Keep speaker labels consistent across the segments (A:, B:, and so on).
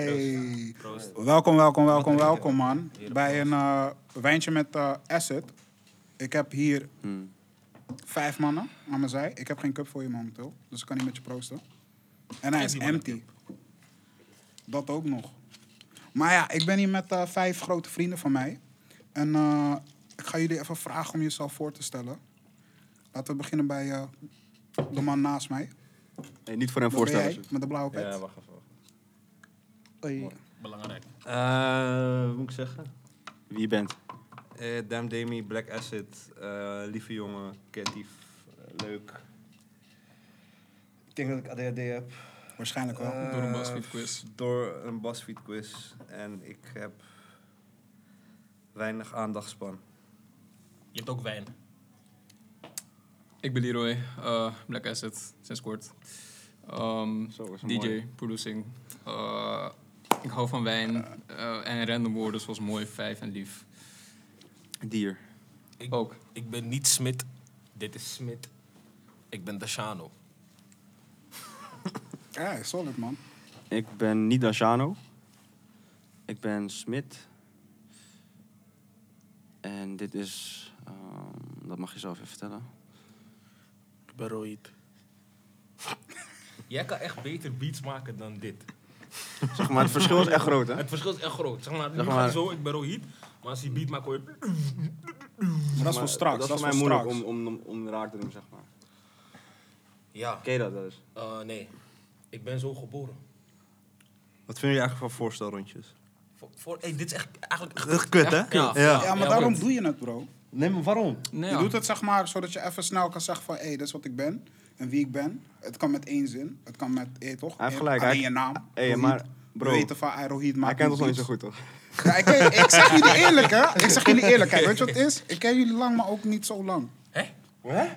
A: Hey.
B: Proost.
A: Welkom, welkom, welkom, welkom man. Bij een eh, wijntje met eh, Acid. Ik heb hier vijf mannen aan mijn zij. Ik heb geen cup voor je momenteel, dus ik kan niet met je proosten. En hij is empty. Dat ook nog. Maar ja, ik ben hier met eh, vijf grote vrienden van mij. En eh, ik ga jullie even vragen om jezelf voor te stellen. Laten we beginnen bij eh, de man naast mij.
C: Hey, niet voor hem
A: Dat ben jij,
C: voorstellen.
A: met de blauwe pet.
D: Ja, wacht even. wacht.
A: Oei.
D: Belangrijk.
B: Eh, wat moet ik zeggen?
C: Wie je bent.
B: Eh Dam Demi, Black Acid, eh, lieve jongen, creatief, eh, leuk. Ik denk dat ik ADHD heb.
A: Waarschijnlijk wel.
B: Eh,
D: Door een BuzzFeed quiz.
B: Door een BuzzFeed quiz. En ik heb weinig aandachtspan.
E: Je hebt ook wijn.
D: Ik ben Leroy, eh, Black Asset, sinds kort. Ehm,
C: Zo, was een
D: DJ,
C: mooie.
D: producing. Eh, ik hou van wijn eh, en random woorden zoals mooi, vijf en lief.
C: Dier.
E: Ik,
D: Ook.
E: ik ben niet Smit. Dit is Smit. Ik ben Dashano.
A: Ja, solid man.
C: Ik ben niet Dajano. Ik ben Smit. En dit is... ehm, dat mag je zelf even vertellen.
E: Ik ben Rohit. Jij kan echt beter beats maken dan dit.
C: Zeg maar, het verschil is echt groot, hè?
E: Het verschil is echt groot. Zeg maar, nu
C: Zeg
E: gaat
C: maar-
E: het zo, ik ben Rohit. Maar als je beat maakt, hoor je...
A: Maar dat is voor
C: Maar
A: straks.
C: Dat is voor mij
A: voor
C: moeilijk
A: straks.
C: om, om, om, om raak te doen, zeg maar.
E: Ja,
C: Ken je dat wel eens?
E: eh, nee. Ik ben zo geboren.
B: Wat vinden jullie eigenlijk van voorstelrondjes?
E: Voor, voor- hey, dit is echt eigenlijk... echt-
B: Echt kut, hè?
D: Echt kut.
B: Ja.
A: Ja, maar
E: Ja,
A: daarom
D: goed.
A: doe je het, bro.
B: Nee, maar waarom?
D: Nee,
A: Je
D: Nou ja.
A: doet het zeg maar zodat je even snel kan zeggen van... hé, hey, dit is wat ik ben en wie ik ben. Het kan met één zin. Het kan met... hé, toch?
C: Hij heeft
A: Eh,
C: gelijk,
A: Alleen
C: hij-
A: je naam.
C: Hey,
A: Rohit.
C: maar, bro,
A: We weten van Aeroheat, maar...
C: hij kent ons nog niet zo goed, toch?
A: Ja, ik, ken- ik zeg jullie eerlijk, hè. Ik zeg jullie eerlijk. Kijk, weet je wat het is? Ik ken jullie lang, maar ook niet zo lang.
E: Hè?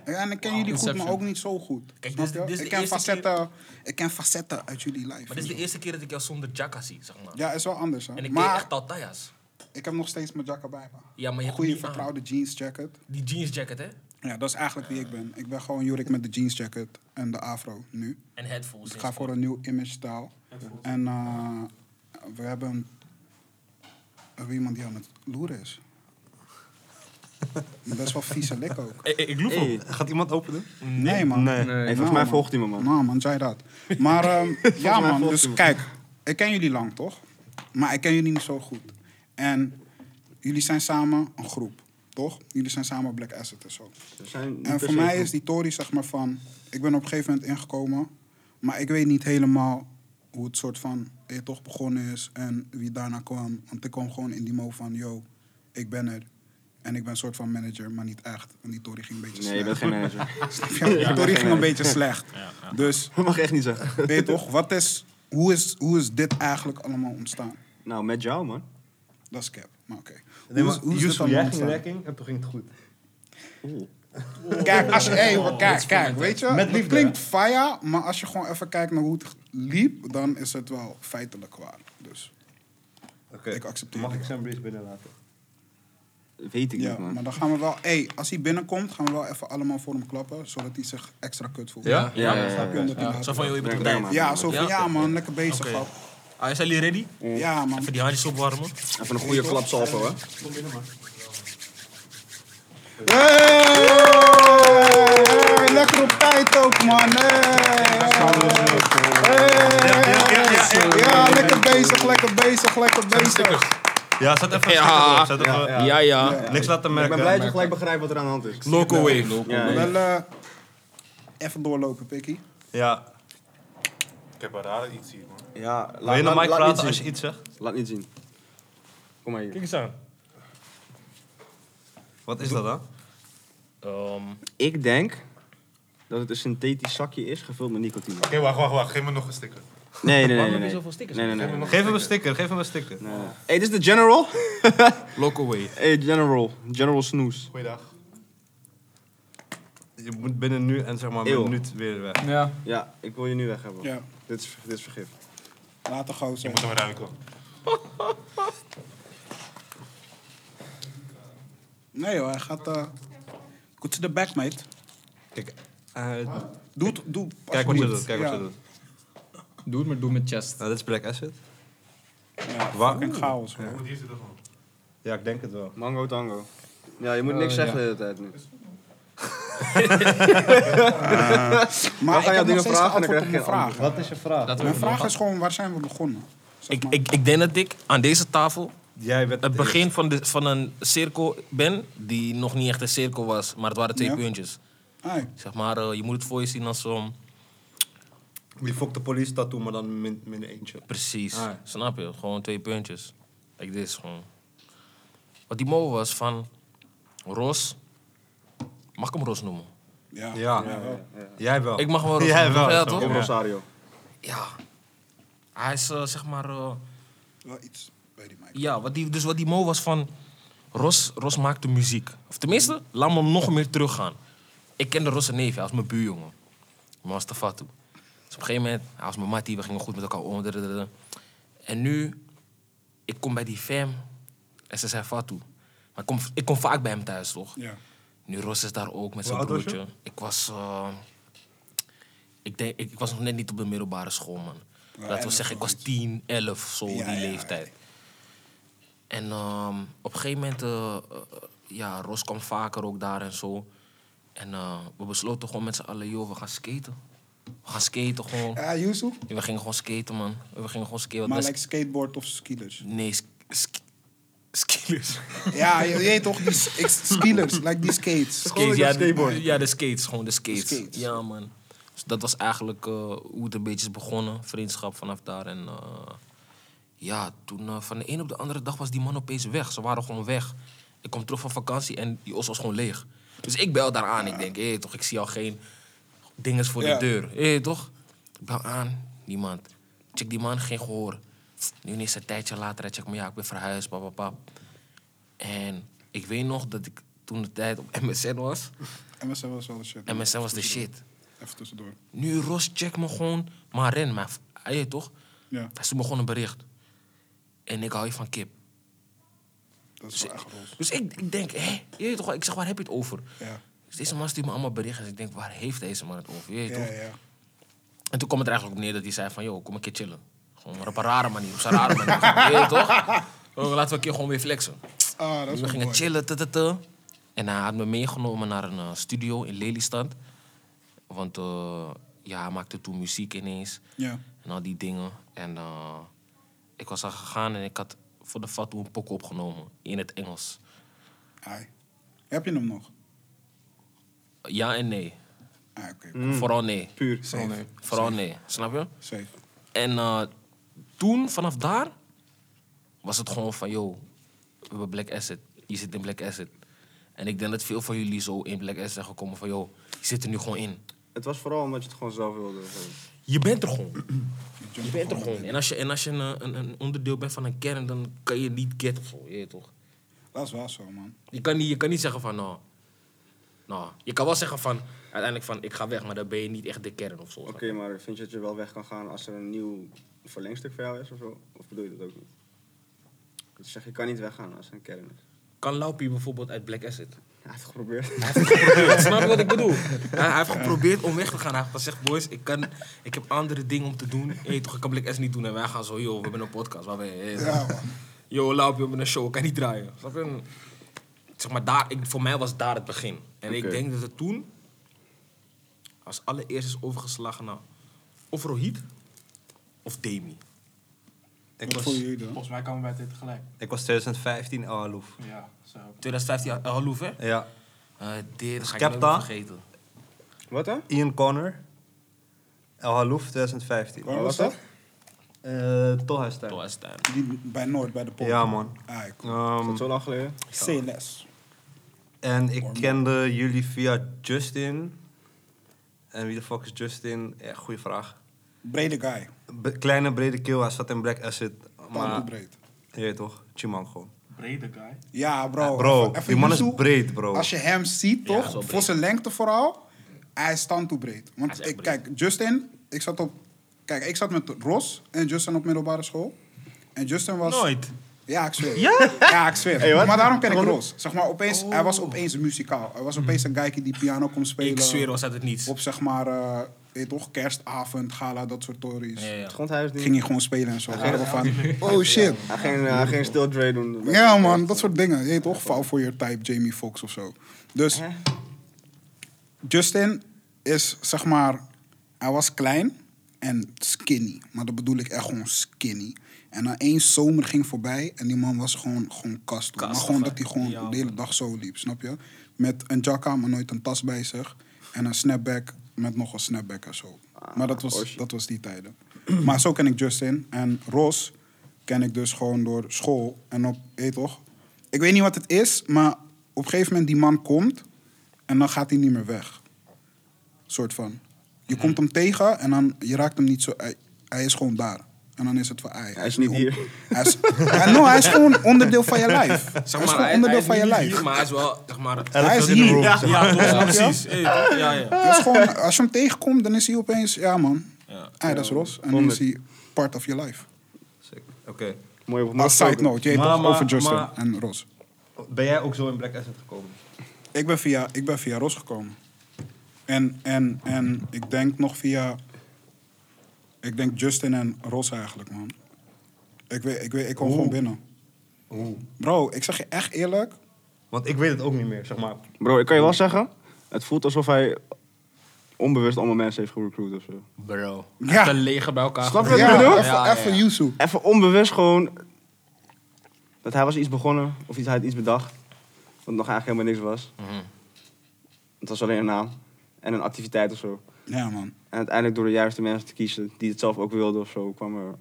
A: En ik ken jullie goed, maar
D: Inception.
A: ook niet zo goed.
E: Ah, Kijk,
A: Snap
E: dit is-
A: je?
E: dit is de
A: ik, ken
E: eerste
A: facetten, ik ken facetten uit jullie
E: Maar
A: live.
E: dit is de eerste keer dat ik jou zonder jacka zie, zeg maar.
A: Ja, is wel anders, hè.
E: En ik deed
A: maar
E: echt Tatayas.
A: ik heb nog steeds mijn jacka bij me.
E: Ja, maar je hebt
A: Goede
E: hem niet aan.
A: vertrouwde jeans jacket.
E: Die jeansjacket, hè?
A: Ja, dat is eigenlijk wie ik ben. Ik ben gewoon Jurik met de jeansjacket en de afro nu.
E: En headphones.
A: Dus ik ga voor een nieuw image stijl. En eh, we hebben een- iemand die aan het loeren is. Best wel vieze lik ook.
B: Hey, hey, ik loef
C: Hey.
B: op. Gaat iemand openen?
A: Nee, man.
B: Nee.
D: Nee.
C: Hey,
A: Nou,
C: volgens mij volgt hij me, man.
A: Nou, man, zei dat. Maar ehm, ja,
C: mij
A: man,
C: volgt
A: dus
C: iemand.
A: kijk, ik ken jullie lang, toch? Maar ik ken jullie niet zo goed. En jullie zijn samen een groep, toch? Jullie zijn samen Black Asset en zo.
C: We zijn niet
A: En
C: per
A: voor
C: se
A: mij
C: goed.
A: is die Tory zeg maar van... Ik ben op een gegeven moment ingekomen... maar ik weet niet helemaal hoe het soort van... eh, toch begonnen is en wie daarna kwam. Want ik kwam gewoon in die mo van... yo, ik ben er. En ik ben een soort van manager, maar niet echt. Want die Tory ging een beetje
C: Nee, je bent
A: slecht.
C: geen manager.
A: Snap je? die Tory ging een beetje slecht. Dus,
C: Dat mag je echt niet zeggen.
A: weet je toch, wat is, hoe, is, hoe is dit eigenlijk allemaal ontstaan?
C: Nou, met jou, man.
A: Dat is cap, maar oké. Hoe
B: Nee, maar
A: is- hoe is dit
B: Yusuf,
A: allemaal
B: jij ging
A: ontstaan?
B: lekking en toen ging het goed.
A: Kijk, als je, hey, maar
D: dat
A: kijk,
D: is
A: kijk,
D: fundament.
A: weet je,
B: Met
A: het
B: liefde,
A: klinkt faya, maar als je gewoon even kijkt naar hoe het liep, dan is het wel feitelijk waar. Dus
B: Oké.
A: Ik accepteer
B: Mag
A: het.
B: ik zijn breeze binnenlaten?
C: Weet ik
A: ja,
C: niet, man.
A: maar dan gaan we wel, hey, als hij binnenkomt, gaan we wel even allemaal voor hem klappen, zodat hij zich extra kut voelt.
E: Ja?
C: Ja, ja, ja,
A: Snap je,
C: ja.
A: omdat hij later-
E: Zo van, joh, je bent
C: Werk
E: op
C: daar,
E: tijd.
C: man.
A: Ja, zo van,
E: Ja?
A: ja man, lekker bezig,
E: Oké.
A: grap.
E: Ah, zijn jullie ready?
A: Ja man,
E: Even die handjes opwarmen.
C: Even een goede klap salvo, hè?
A: Hey! Lekker op tijd ook, man. Hey! Hey! Ja, lekker bezig, lekker bezig, lekker bezig.
B: Ja, zet even
E: Ja.
B: op. Zet even
E: Ja, ja.
B: Niks laten
C: Ik
B: merken.
C: ben blij dat je gelijk begrijpt wat er aan de hand is.
E: Loco wave.
C: Ja,
A: Maar
C: ja.
A: Wel eh, even doorlopen, Pikkie.
B: Ja.
F: Ik heb een rare iets hier, man.
C: Ja, laat,
B: Wil je naar
C: laat-
B: Mike
C: laat
B: praten
C: niet
B: als je
C: zien.
B: iets zegt?
C: Laat niet zien. Kom maar hier.
E: eens aan.
B: Wat is dat dan?
C: Ik denk dat het een synthetisch zakje is gevuld met nicotine.
F: Oké, wacht, wacht, wacht. Geef me nog een sticker.
C: Nee, nee, nee.
E: heb
C: nee,
E: je
C: nee.
E: zoveel stickers?
C: Nee, nee, nee. nee,
B: Geef hem een sticker, geef hem een sticker.
C: nee, nee. Hey, dit is de General.
E: Local way.
C: Hey, General. General Snoes.
F: Goeiedag.
B: Je moet binnen nu en zeg maar
C: Eeuw.
B: een minuut weer weg.
D: Ja.
C: Ja, ik wil je nu weg hebben.
A: Ja,
C: Dit, is, dit is vergif.
A: later
F: Je
A: gozer.
F: moet hem ruiken.
A: Nee joh, hij gaat... eh goed to the back, mate.
B: Kijk, eh,
A: Doe, het- doe
B: kijk wat je
A: alsjeblieft.
B: doet, kijk wat je
A: Ja.
B: doet.
D: Doe het maar, doe het met chest.
B: Nou, dit is Black Asset.
A: Ja,
B: Waar?
A: fucking chaos, hoor.
F: Hoe die is het ervan?
B: Ja, ik denk het wel.
C: Mango tango. Ja, je moet
D: Oh,
C: niks zeggen
D: ja.
C: de hele tijd nu.
A: Maar
C: Dan
A: ik
C: ga je
A: heb nog
C: dingen
A: steeds
C: vragen
A: geen antwoord
C: en dan krijg
A: op
C: je
A: mijn
C: geen
A: vraag.
C: antwoord.
B: Wat is je vraag?
D: Laten we
A: Mijn vraag
D: doorgaan.
A: is gewoon, waar zijn we begonnen? Zeg
E: Ik,
A: maar.
E: ik, ik denk dat ik aan deze tafel
B: Jij werd
E: het
B: eerst.
E: begin van, de, van een cirkel ben die nog niet echt een cirkel was, maar het waren twee
A: Ja.
E: puntjes.
A: Hey,
E: Zeg maar, eh, je moet het voor je zien als zo'n...
B: Die fok de police tattoo, maar dan min, min eentje.
E: Precies,
B: Ah, ja.
E: snap je? Gewoon twee puntjes. Like dit gewoon. Wat die mol was van Ros. Mag ik hem Ros noemen?
A: ja.
B: Ja. Jij wel.
E: Ik mag wel Ros
B: Jij
E: noemen.
B: wel,
E: Ja,
B: zo.
E: toch?
C: Op
B: Ja.
C: Rosario.
E: Ja. Hij is eh, zeg maar. eh,
A: Wel iets bij die mic.
E: ja, wat die, dus wat die mo was van. Ros, Ros maakte muziek. Of tenminste, laat me nog meer teruggaan. Ik kende Ros en neef, hij was mijn buurjongen. Maar was te fat toe. Dus op een gegeven moment, hij was mijn mattie, we gingen goed met elkaar om. dadadada. En nu, ik kom bij die fam en ze zijn Fatou. Maar ik kom, ik kom vaak bij hem thuis, toch?
A: Ja.
E: Nu Ros is daar ook met zijn
B: Hoe oud was
E: broertje. Ik was. eh, ik, denk, ik, ik was nog net niet op de middelbare school, man. Laten we
A: elf
E: zeggen, ik was
A: zoiets.
E: 10, 11, zo
A: Ja,
E: die
A: ja,
E: leeftijd. En ehm, op een gegeven moment, eh, eh, ja, Ros kwam vaker ook daar en zo. En eh, we besloten gewoon met z'n allen, joh, we gaan skaten. We gaan skaten gewoon.
A: Ja, Yusuf?
E: We gingen gewoon skaten, man. We gingen gewoon skaten.
A: Maar
E: Want wij
A: like skateboard of skiers?
E: sk- Nee, sk- sk- skillers.
A: ja, je weet toch, die s- ik- skiers, like die skates.
E: Skates, ja, de, ja, de skates, gewoon de skates.
A: Skates.
E: Ja, man. Dus dat was eigenlijk eh, hoe het een beetje is begonnen. Vriendschap vanaf daar. En eh, ja, toen eh, van de een op de andere dag was die man opeens weg. Ze waren gewoon weg. Ik kom terug van vakantie en die os was gewoon leeg. Dus ik bel daar aan. Ik denk, hé, toch, ik zie al geen dinges voor
A: Ja.
E: de deur. Hé, toch? Ik bel aan, niemand. Check die man, geen gehoor. Nu ineens een tijdje later, hij checkt me, ja, ik ben verhuisd, pap, pap, pap. En ik weet nog dat ik toen de tijd op MSN was.
A: MSN was wel de shit.
E: MSN was de shit.
A: Even tussendoor.
E: Nu Ros check me gewoon. Maar Ren, maar hij weet toch?
A: Ja,
E: Hij stuurt me gewoon een bericht. En ik hou je van kip.
A: dat is wel echt roze.
E: Dus ik, ik denk, hé, je weet toch wel, ik zeg, waar heb je het over?
A: Ja,
E: Dus deze man stuurt me allemaal berichten. Dus ik denk, waar heeft deze man het over? Je weet
A: ja,
E: toch?
A: ja.
E: En toen kwam het er eigenlijk op neer dat hij zei van, joh, kom een keer chillen. Gewoon maar op een rare manier, op zijn rare manier. Je weet toch? Oh, Laten we een keer gewoon weer flexen.
A: Ah, dat is
E: we
A: wel
E: gingen
A: mooi.
E: chillen, ta, ta, ta. En hij had me meegenomen naar een eh, studio in Lelystad. Want eh, ja, hij maakte toen muziek ineens.
A: Ja.
E: En al die dingen. En eh, ik was daar gegaan en ik had voor de fatu een pok opgenomen. In het Engels.
A: Ai. Heb je hem nog?
E: Ja en nee.
A: Ah, oké.
E: Vooral nee.
C: Puur.
A: Safe.
E: Vooral nee. Snap je?
A: Safe.
E: En eh, toen, vanaf daar, was het gewoon van, yo, we hebben Black Asset. Je zit in Black Asset. En ik denk dat veel van jullie zo in Black Asset zijn gekomen van, yo, je zit er nu gewoon in.
C: Het was vooral omdat je het gewoon zelf wilde.
E: Je bent er gewoon. Je bent er gewoon. En als je, en als je een, een, een onderdeel bent van een kern, dan kan je niet get of zo, je weet toch?
A: Dat is wel zo, man.
E: Je kan niet, je kan niet zeggen van, nou, nou. Je kan wel zeggen van, uiteindelijk van, ik ga weg, maar dan ben je niet echt de kern of zo.
C: Oké, maar vind je dat je wel weg kan gaan als er een nieuw verlengstuk voor jou is of zo? Of bedoel je dat ook niet? Ik zeg, je kan niet weggaan als er een kern is.
E: Kan Laupie bijvoorbeeld uit Black Asset?
C: Hij heeft het geprobeerd.
E: Snap je wat ik bedoel? Hij, hij heeft geprobeerd om weg te gaan. Hij heeft gezegd, boys, ik, kan, ik heb andere dingen om te doen. Hey, toch, ik kan Black S niet doen. En wij gaan zo, joh, we hebben een podcast. Waar we, hey,
A: Ja, man.
E: Yo, Laup, we hebben een show, ik kan niet draaien. Snap je? Zeg maar, daar, ik, voor mij was daar het begin. En ik
C: Oké.
E: denk dat het toen als allereerst is overgeslagen naar of Rohit of Demi.
A: Wat
B: Ik was,
A: voel je dan?
G: Volgens mij komen wij dit tegelijk.
B: ik was 2015 Alouf.
G: Ja, zo.
E: 2015, uh, hallo, hè?
B: Ja.
E: Eh, dit ga ik nooit
B: Skepta.
E: meer vergeten.
C: Wat hè?
B: Ian Connor. El Halouf 2015.
A: Waar was dat?
B: Eh Tolhuistuin.
E: Toen was het tijd.
A: Die bij Noord, bij de pol.
B: Ja, man.
A: Ah, cool.
C: Is
B: Ehm,
C: dat zo lang geleden?
A: CLS.
B: en ik kende jullie via Justin. En wie de fuck is Justin? Ja, goede vraag.
A: Brede guy.
B: Be- kleine, brede keel. Hij zat in Black Acid.
A: Maar...
B: Maar,
A: breed.
B: je weet toch? Chimang gewoon.
G: Brede guy.
A: Ja, bro.
B: Bro,
A: Even- even
B: die man is
A: Yuzu.
B: breed, bro.
A: Als je hem ziet,
E: Ja,
A: toch?
E: zo breed.
A: voor zijn lengte vooral. Hij is stand toe breed.
E: Hij is
A: Want
E: echt
A: ik,
E: breed.
A: kijk, Justin, ik zat op... Kijk, ik zat met Ros en Justin op middelbare school. En Justin was...
B: Nooit.
A: Ja, ik zweer. Ja, ik zweer. maar daarom ken ik Ros. Zeg maar, opeens,
B: Oh. Hmm.
A: Hij was opeens muzikaal. Hij was opeens een geikie die piano kon spelen.
E: Ik zweer, was uit het niets.
A: Op zeg maar eh, weet je toch, kerstavond, gala, dat soort tories.
E: Ja, ja.
C: Het grondhuis niet.
A: Ging je gewoon spelen en zo. Hadden we van, oh shit.
C: Hij ging, eh, hij ging still Dre doen.
A: Ja man, dat soort dingen. Je weet toch, Fall for Your Type, Jamie Foxx of zo. Dus
C: Hè?
A: Justin is, zeg maar, hij was klein en skinny. Maar dat bedoel ik echt gewoon skinny. En dan één zomer ging voorbij en die man was gewoon, gewoon kast. Maar gewoon dat hij gewoon de hele dag zo liep, snap je? Met een jacka, maar nooit een tas bij zich. En een snapback met nog een snapback en zo.
C: Ah,
A: Maar dat was,
C: Oshi.
A: dat was die tijden. maar zo ken ik Justin. En Ros ken ik dus gewoon door school. En op, weet toch? Ik weet niet wat het is, maar op een gegeven moment die man komt... en dan gaat hij niet meer weg soort van. Je
C: Mhm.
A: komt hem tegen en dan je raakt hem niet zo. Hij, hij is gewoon daar. En dan is het voor ei.
C: Hij is niet hier.
A: Hij is, ja, no, hij is gewoon onderdeel van je lijf. hij is gewoon onderdeel van je lijf.
E: Maar hij is wel, zeg maar...
A: Hij is
F: in the room.
A: hier.
E: Ja, ja, toch?
A: Ja.
E: precies. Hey, toch? Ja, ja.
A: Hij is gewoon, als je hem tegenkomt, dan is hij opeens, ja man.
E: Ja.
A: Ei, dat is Ros. En dan is hij part of your life.
B: Sick. Dus Oké.
C: Mooi op
A: Maar side note, je hebt
B: Maar-
A: toch
B: maar-
A: over Justin
B: maar-
A: en Ros.
B: Ben jij ook zo in Black Asset gekomen?
A: Ik ben via, ik ben via Ros gekomen. En, en, en ik denk nog via. Ik denk Justin en Ros eigenlijk, man. Ik, weet, ik, weet, ik kwam gewoon binnen. Bro, ik zeg je echt eerlijk.
B: Want ik weet het ook niet meer, zeg maar.
C: Bro, ik kan je wel zeggen, het voelt alsof hij onbewust allemaal mensen heeft gerecruit of zo.
E: Bro.
A: Ja.
E: Ja. Een leger bij elkaar.
C: Snap je wat ik
A: Ah. Ja,
C: bedoel?
A: even, even Yuzu.
C: Even onbewust gewoon dat hij was iets begonnen of iets, hij had iets bedacht. Wat nog eigenlijk helemaal niks was.
A: Mhm.
C: Het was alleen een naam en een activiteit of zo.
A: Ja, man.
C: En uiteindelijk door de juiste mensen te kiezen die het zelf ook wilden of zo, kwam er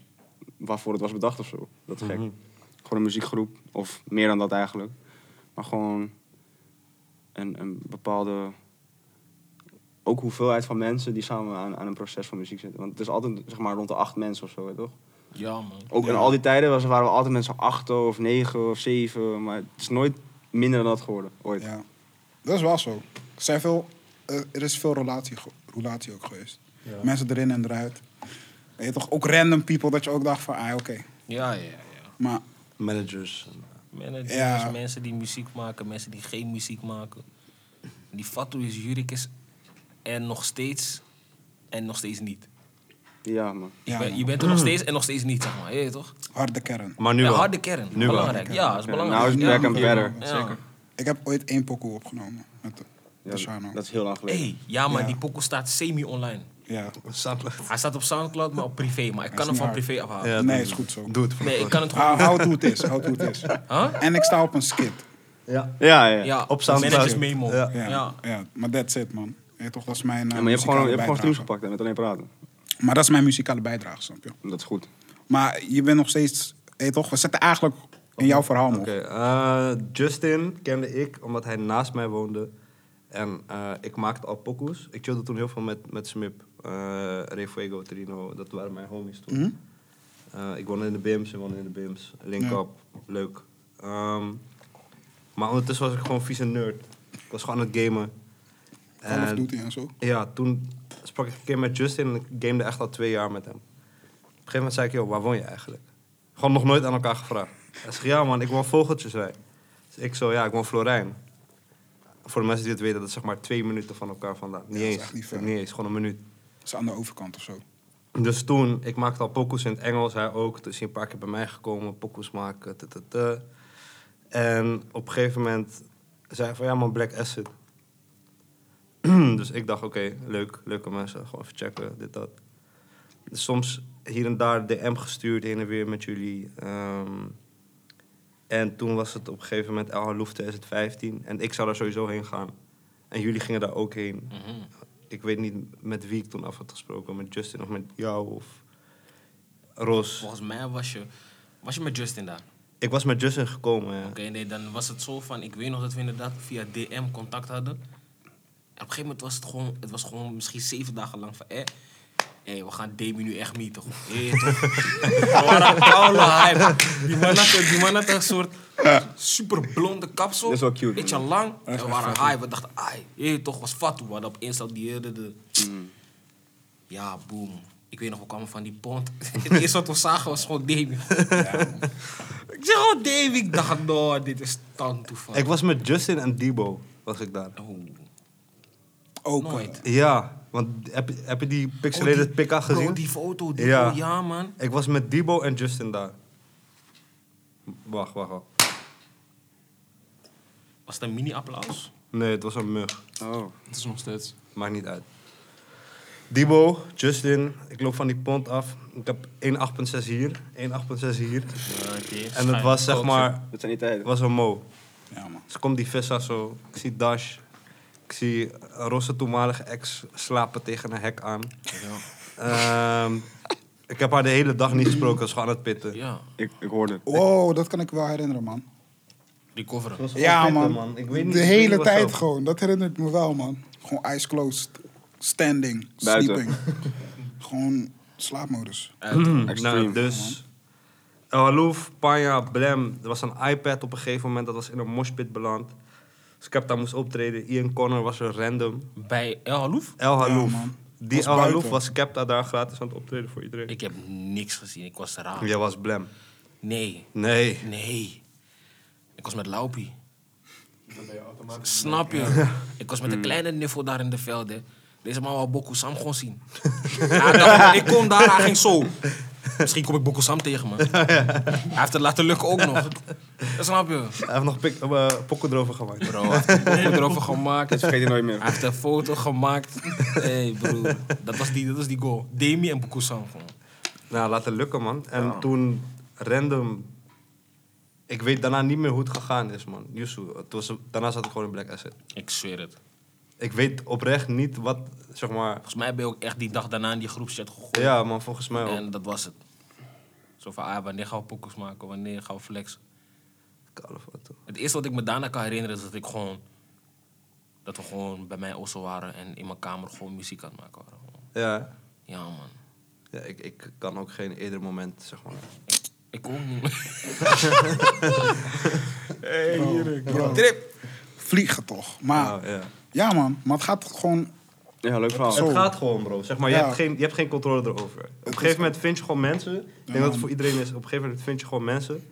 C: waarvoor het was bedacht of zo. Dat is gek. Gewoon een muziekgroep, of meer dan dat eigenlijk. Maar gewoon een, een bepaalde. Ook hoeveelheid van mensen die samen aan, aan een proces van muziek zitten. Want het is altijd zeg maar rond de acht mensen of zo, hè, toch?
E: Ja, man.
C: Ook in al die tijden was, waren we altijd met z'n acht of negen of zeven. Maar het is nooit minder dan dat geworden, ooit.
A: Ja. Dat is wel zo. Er, zijn veel, eh, er is veel relatie, ge- relatie ook geweest. Mensen erin en eruit. Weet je toch ook random people dat je ook dacht van, ah, oké.
E: Ja, ja, ja.
A: Maar
B: Managers.
E: Managers,
A: Ja.
E: mensen die muziek maken, mensen die geen muziek maken. Die Fatou is Jurik is en nog steeds en nog steeds niet.
C: Ja, man.
E: Ik
A: Ja,
E: ben-
A: man.
E: je bent er nog steeds en nog steeds niet, zeg maar. Je weet toch?
A: harde kern.
B: Maar nu
E: een
B: wel.
E: harde kern.
B: Nu wel.
E: belangrijk. Ja, dat is belangrijk.
C: Nou is
E: ja.
C: back and better.
E: Ja.
A: Ik heb ooit één pokoe opgenomen met de,
C: Ja,
A: de Shano.
C: dat is heel lang geleden.
E: Hey, ja, maar
A: Ja.
E: die pokoe staat semi-online.
A: Ja.
E: Hij staat op Soundcloud, maar op privé. Maar ik kan hem
A: niet
E: van
A: hard.
E: privé afhalen.
B: Ja,
A: nee,
B: dat-
A: is goed zo.
B: Doe het voor
E: Nee,
B: de-
E: ik kan het gewoon...
A: Hou, hou hoe het is, hou hoe het is.
E: Huh?
A: En ik sta op een skit.
B: Ja.
C: Ja, ja.
E: Ja,
B: Op Soundcloud.
E: Managers memo.
B: Ja.
E: Ja.
A: Ja, ja. maar that's it, man. Ja, toch, dat is mijn eh,
C: Ja, maar je hebt gewoon, je hebt
A: muzikale
C: gewoon streams
A: bijdrage.
C: gepakt en met alleen praten.
A: Maar dat is mijn muzikale bijdrage, snap je?
C: Dat is goed.
A: Maar je bent nog steeds... Ja, toch, we zitten eigenlijk in jouw verhaal nog.
B: Oké, eh, Justin kende ik omdat hij naast mij woonde. En eh, ik maakte al pokoes. Ik chillde toen heel veel met, met Smip, eh Refuego, Trino. Dat waren mijn homies toen.
A: Mhm.
B: Eh, ik woonde in de BIMS, ik woonde in de BIMS. Link
A: Ja.
B: up, leuk. Ehm, maar ondertussen was ik gewoon vieze nerd. Ik was gewoon aan het gamen.
A: Call of
B: En-
A: Duty en zo.
B: ja, toen sprak ik een keer met Justin en ik gamede echt al twee jaar met hem. Op een gegeven moment zei ik, joh, waar woon je eigenlijk? Gewoon nog nooit aan elkaar gevraagd. Hij zegt, ja man, ik woon Vogeltjeswijk. Dus ik zo, ja, ik woon Florijn. Voor de mensen die het weten, dat is zeg maar twee minuten van elkaar vandaan. Niet
A: dat is
B: eens,
A: echt niet ver.
B: niet eens, gewoon een minuut.
A: Dat is aan de overkant of zo.
B: Dus toen, ik maakte al pokoes in het Engels, hij ook. Dus hij een paar keer bij mij gekomen, pokoes maken, t, t, t. En op een gegeven moment zei hij van, ja man, Black Acid. dus ik dacht, oké, leuk, leuke mensen, gewoon even checken, dit, dat. Dus soms hier en daar DM gestuurd, heen en weer met jullie. Ehm, en toen was het op een gegeven moment ah, El Halouf 2015. En ik zou daar sowieso heen gaan. En jullie gingen daar ook heen. Ik weet niet met wie ik toen af had gesproken. Met Justin of met jou of Ros.
E: Volgens mij was je, was je met Justin daar.
B: Ik was met Justin gekomen. ja.
E: Oké, nee, dan was het zo van, ik weet nog dat we inderdaad via DM contact hadden. En op een gegeven moment was het gewoon, het was gewoon misschien zeven dagen lang van, eh, hé, we gaan Demi nu echt meeten. gewoon. Hé, toch? We waren koude hype. Die man had, die man had een soort super blonde kapsel.
C: Dat is wel cute,
E: Beetje
C: man.
E: lang. En we waren hype. We dachten, ai, hé, toch was Fatou. We hadden op Insta die hele de... Ja, boom. Ik weet nog, we kwamen van die pont. Het eerste wat we zagen was gewoon Demi. Ik zeg gewoon Demi. Ik dacht, no, dit is dan
B: Oh.
E: toeval.
B: Ik was met Justin en Debo. Was ik daar.
E: Oh,
A: Ook.
E: nooit.
A: eh,
B: Ja. Want heb, je- heb je die pixelated pika gezien?
E: Bro, Oh, die foto, die
B: Ja.
E: ja. ja man.
B: Ik was met Debo en Justin daar. Wacht, wacht, wacht.
E: Was het een mini-applaus?
B: Nee, het was een mug.
C: Oh.
D: Het is nog steeds.
B: Maakt niet uit. Debo, Justin, ik loop van die pont af. Ik heb 1,8,6 hier, 1,8,6 hier. En het was zeg maar,
C: Dat zijn die tijden.
B: het was een mo.
A: Ja, man.
B: Dus komt die Vissa zo, ik zie Dash. Ik zie een Rosse toenmalige ex slapen tegen een hek aan. Ehm, ik heb haar de hele dag niet gesproken, ze was gewoon aan het pitten.
E: Ja,
C: Ik, ik hoorde.
A: Wow, dat kan ik wel herinneren, man.
E: die coveren.
A: Ja, man.
B: Ik weet niet,
A: de
B: ik weet niet
A: hele
B: wat
A: tijd
B: zo.
A: gewoon. Dat herinnert me wel, man. Gewoon eyes closed. Standing.
C: Buiten.
A: Sleeping. gewoon slaapmodus.
B: Nou,
C: Extreme.
B: dus. El Alouf, Panja, Blem. Er was een iPad op een gegeven moment, dat was in een moshpit beland. Dus ik heb daar moest optreden. Ian Connor was er random.
E: Bij El Halouf?
B: El Halouf.
A: man.
B: die
A: Was
B: El Halouf
A: buiten.
B: was Skepta daar gratis aan het optreden voor iedereen.
E: Ik heb niks gezien, ik was raar.
B: Jij was Blem.
E: Nee,
B: Nee.
E: nee. Ik was met Laupie. Snap je? Ik was met een kleine niffel daar in de velden. Deze man wou Boko Sam gewoon zien. Hij dacht, ik kom daar, hij ging zo. Misschien kom ik Boko Sam tegen me. Hij heeft het laten lukken ook nog. Dat snap je?
B: Hij heeft nog pik, eh, pokken erover gemaakt.
E: Bro, hij heeft een foto erover gemaakt.
C: Dat vergeet je nooit
E: Hij
C: meer.
E: heeft een foto gemaakt. hey, broer. Dat was die, dat was die goal. Demi en Boko Sam gewoon.
B: Nou, laten lukken, man. En toen random. Ik weet daarna niet meer hoe het gegaan is, man. Yusu. Het was, daarna zat ik gewoon in Black Asset.
E: Ik zweer het.
B: Ik weet oprecht niet wat, zeg maar.
E: Volgens mij ben je ook echt die dag daarna in die groepschat gegooid.
B: Ja, man, volgens mij ook.
E: En dat was het. Zo van, ah, wanneer gaan we pokkels maken? Wanneer gaan we flexen?
B: Koude foto.
E: Het eerste wat ik me daarna kan herinneren is dat ik gewoon... Dat we gewoon bij mij osso waren en in mijn kamer gewoon muziek aan het maken waren.
B: Ja,
E: Ja, man.
B: ja ik, ik kan ook geen eerder moment, zeg maar.
E: Ik ook niet.
A: Bro,
E: Trip!
A: Vliegen toch. Maar
B: Nou, ja.
A: ja, man. Maar het gaat gewoon...
C: Ja, leuk verhaal.
A: Zo.
B: Het gaat gewoon, bro. Zeg maar, je,
A: Ja.
B: hebt geen, je hebt geen controle erover. Op een gegeven moment vind je gewoon mensen. Ik denk dat het voor iedereen is. Op een gegeven moment vind je gewoon mensen.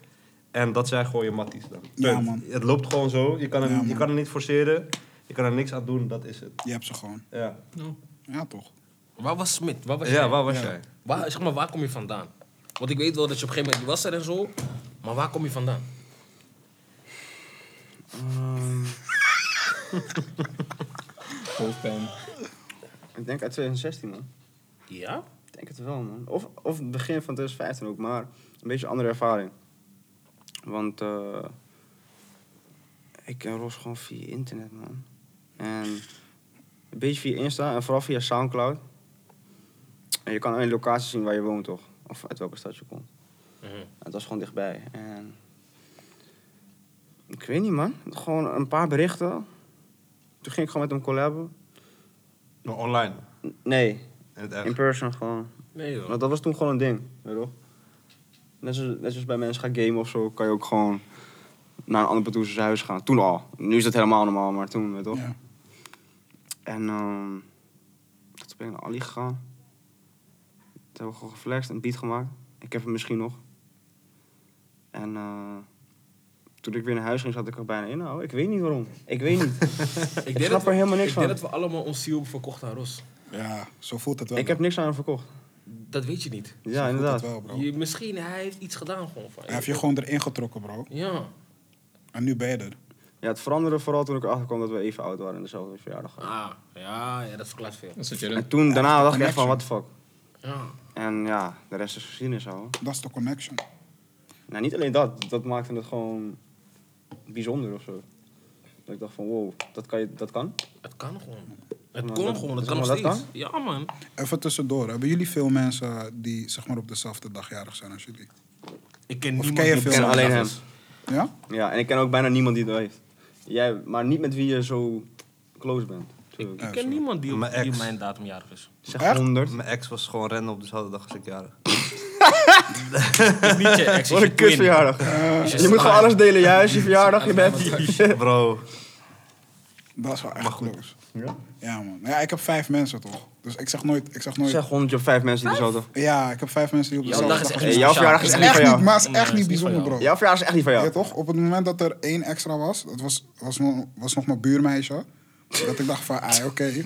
B: En dat zijn gewoon je matties dan.
A: Ja,
B: Punt.
A: man.
B: Het loopt gewoon zo. Je kan, er,
A: Ja,
B: je
A: man.
B: kan er niet forceren. Je kan er niks aan doen. Dat is het.
A: Je hebt ze gewoon.
B: Ja,
A: Ja, toch.
E: Waar was Smit? Waar was jij?
B: ja waar was
A: Ja.
B: jij?
E: Waar, zeg maar, waar kom je vandaan? Want ik weet wel dat je op een gegeven moment was er en zo. Maar waar kom je vandaan?
D: Hoofdpijn.
C: Ik denk uit 2016, man.
E: Ja?
C: Ik denk het wel, man. Of, of het begin van 2015 ook, maar een beetje andere ervaring. Want eh, ik ken Ros gewoon via internet, man. En een beetje via Insta en vooral via Soundcloud. En je kan alleen locatie zien waar je woont, toch? Of uit welke stad je komt. En het was gewoon dichtbij. En ik weet niet, man. Gewoon een paar berichten. Toen ging ik gewoon met hem collaben.
B: Maar online.
C: Nee,
B: In het
C: in
B: echt.
C: person gewoon.
E: Nee, joh.
C: Want dat was toen gewoon een ding, weet je toch? Net zoals, net zoals bij mensen gaan gamen of zo, kan je ook gewoon naar een ander patoes huis gaan. Toen al. Nu is dat helemaal normaal, maar toen, weet je toch?
A: Ja.
C: En ehm toen ben ik naar Ali gegaan. Toen hebben we gewoon geflext, een beat gemaakt. Ik heb hem misschien nog. En eh, toen ik weer naar huis ging, zat ik er bijna in. Nou, ik weet niet waarom. Ik weet niet.
E: ik
C: snap
E: dat we-
C: er helemaal niks
E: ik
C: van.
E: denk dat we allemaal ons ziel verkochten aan Ros.
A: Ja, zo voelt het wel.
C: ik heb niks aan hem verkocht.
E: Dat weet je niet.
A: Zo
C: Ja,
A: voelt
C: inderdaad.
A: het wel, bro.
E: Je, misschien, hij heeft iets gedaan gewoon van.
A: Oh. Hij heeft je gewoon erin getrokken, bro.
E: Ja.
A: En nu ben je er.
C: Ja, het veranderde vooral toen ik erachter kwam dat we even oud waren en dezelfde verjaardag hadden.
E: Ah, ja, ja, dat verklaart veel.
D: Dat zit je
C: En
D: erin.
C: toen, daarna dacht ik echt van, what the fuck.
E: Ja.
C: En ja, de rest is geschiedenis al.
A: Dat is de connection.
C: Nou, niet alleen dat. Dat maakte het gewoon bijzonder of zo. Dat ik dacht van, wow, dat kan. Je, dat kan?
E: Het kan gewoon.
C: maar
E: Het kon
C: dat-
E: gewoon, het
C: zeg
E: kan nog
C: maar,
E: steeds.
C: dat
E: Ja, man.
A: Even tussendoor. Hebben jullie veel mensen die zeg maar op dezelfde dag jarig zijn als jullie?
E: Ik ken
A: Of
E: niemand
A: ken je
E: die
A: veel
E: op
A: mensen?
E: zondag
C: Alleen
E: is.
A: Ja?
C: Ja, en ik ken ook bijna niemand die dat heeft. Jij, maar niet met wie je zo close bent. Zo,
E: Ik ken niemand die op
B: Mijn
E: die
B: ex.
E: op mijn datum jarig is.
C: Zeg 100.
B: Mijn ex was gewoon random op dezelfde dag als ik jarig.
E: Dat is niet je ex,
C: Wat
E: is je
C: een
E: twin.
C: kutverjaardag.
E: Is
C: Je moet
E: smaak.
C: gewoon alles delen. Jij is je verjaardag, je bent...
B: Bro,
A: Dat is wel echt close. Ja? man. Ja, ik heb vijf mensen toch? Dus ik zeg nooit... Ik zeg nooit
C: Zeg 100 op vijf mensen die zo...
A: Ja, ik heb vijf mensen die op
E: Jouw
A: dezelfde
E: dag
A: dag
E: is echt
C: Hey,
E: niet
C: jouw
E: speciaal.
C: verjaardag is
A: Het is
C: niet van
A: echt
C: jou.
A: niet, maar het is
E: Nee,
A: echt
E: het is
A: niet
E: niet van
A: bijzonder, bro.
C: Jouw verjaardag is echt niet van
A: Ja,
C: jou.
A: toch? Op het moment dat er één extra was, dat was, was, nog, was nog mijn buurmeisje. Dat ik dacht van, ah, oké. Je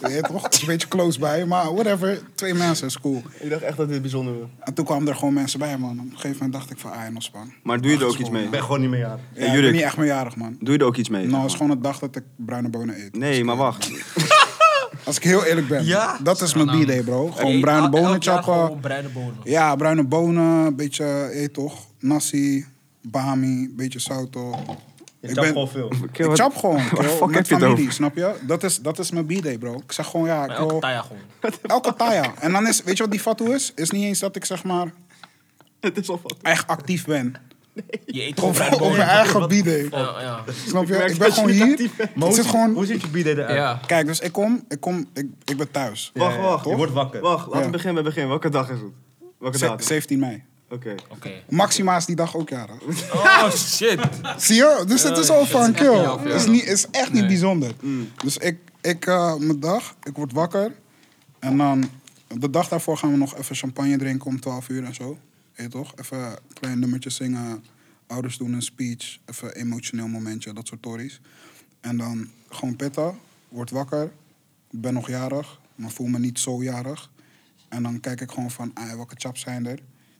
A: weet toch, het is een beetje close bij, maar whatever. Twee mensen is cool.
C: Ik dacht echt dat dit bijzonder was.
A: En toen kwamen er gewoon mensen bij, man. Op een gegeven moment dacht ik van, ah, nos, man.
C: Maar doe je er ook iets mee?
B: Ik ben gewoon niet meer
A: Ja,
B: aan.
C: Hey,
A: ik ben
C: Jurik.
A: niet echt meerjarig, man.
C: Doe je er ook iets mee?
A: Nou,
C: zeg
A: het is
C: maar?
A: gewoon de dag dat ik bruine bonen eet.
C: Nee, maar wacht.
A: Als ik heel eerlijk ben.
E: Ja?
A: Dat is mijn
D: Nou,
A: b-day, bro. Gewoon
E: Eet
A: bruine
E: el-
A: bonen
E: elk jaar
A: chappen.
E: gewoon bruine bonen.
A: Ja, bruine bonen, een beetje, eh, je toch, nasi, bami, een beetje zout op.
B: Je
A: Ik
B: chapt
A: ben-
B: gewoon veel.
C: Kill,
A: ik
C: wat-
A: chap gewoon,
C: Waar
A: bro,
C: fuck
A: met
C: heb je het
A: familie,
C: over?
A: snap je? Dat is, dat is mijn b-day, bro. Ik zeg gewoon, ja,
E: Maar
A: kill,
E: elke taya gewoon.
A: elke taya. En dan is, weet je wat die fatu is? Is niet eens dat ik, zeg maar,
C: Het is al wat.
A: echt actief ben.
E: Je eet gewoon
A: Op
E: bruine
A: op mijn
E: bonen.
A: eigen b-day.
E: Ja, ja.
A: Snap je?
C: merk
A: Ik ben
C: dat je
A: gewoon
C: niet
A: hier.
C: actief bent.
B: Maar
A: Het
B: hoe,
A: zit
B: ziet, hoe
A: gewoon...
B: ziet je bieden eruit?
D: Ja.
A: Kijk, dus ik kom, ik kom, ik, ik ben thuis.
C: Wacht, wacht.
B: Eh, Je wordt wakker.
C: Wacht, laten
A: Ja.
C: we beginnen bij het begin. Welke dag is het? Welke
A: Ze-
C: datum?
A: 17 mei.
C: Oké.
E: Oké.
A: Maxima is die dag ook jarig.
E: Oh shit.
A: Zie je? Dus het is al van
D: echt
A: kill.
D: niet af,
A: Het
D: ja.
A: is, niet, is echt niet
D: Nee. Mm.
A: bijzonder. Dus ik, ik eh, mijn dag, ik word wakker. En dan, de dag daarvoor gaan we nog even champagne drinken om 12 uur en zo. Weet je toch? Even een klein nummertje zingen. Ouders doen een speech. Even een emotioneel momentje, dat soort tories. En dan gewoon pitten, word wakker. Ik ben nog jarig, maar voel me niet zo jarig. En dan kijk ik gewoon van, ah, welke chaps zijn er?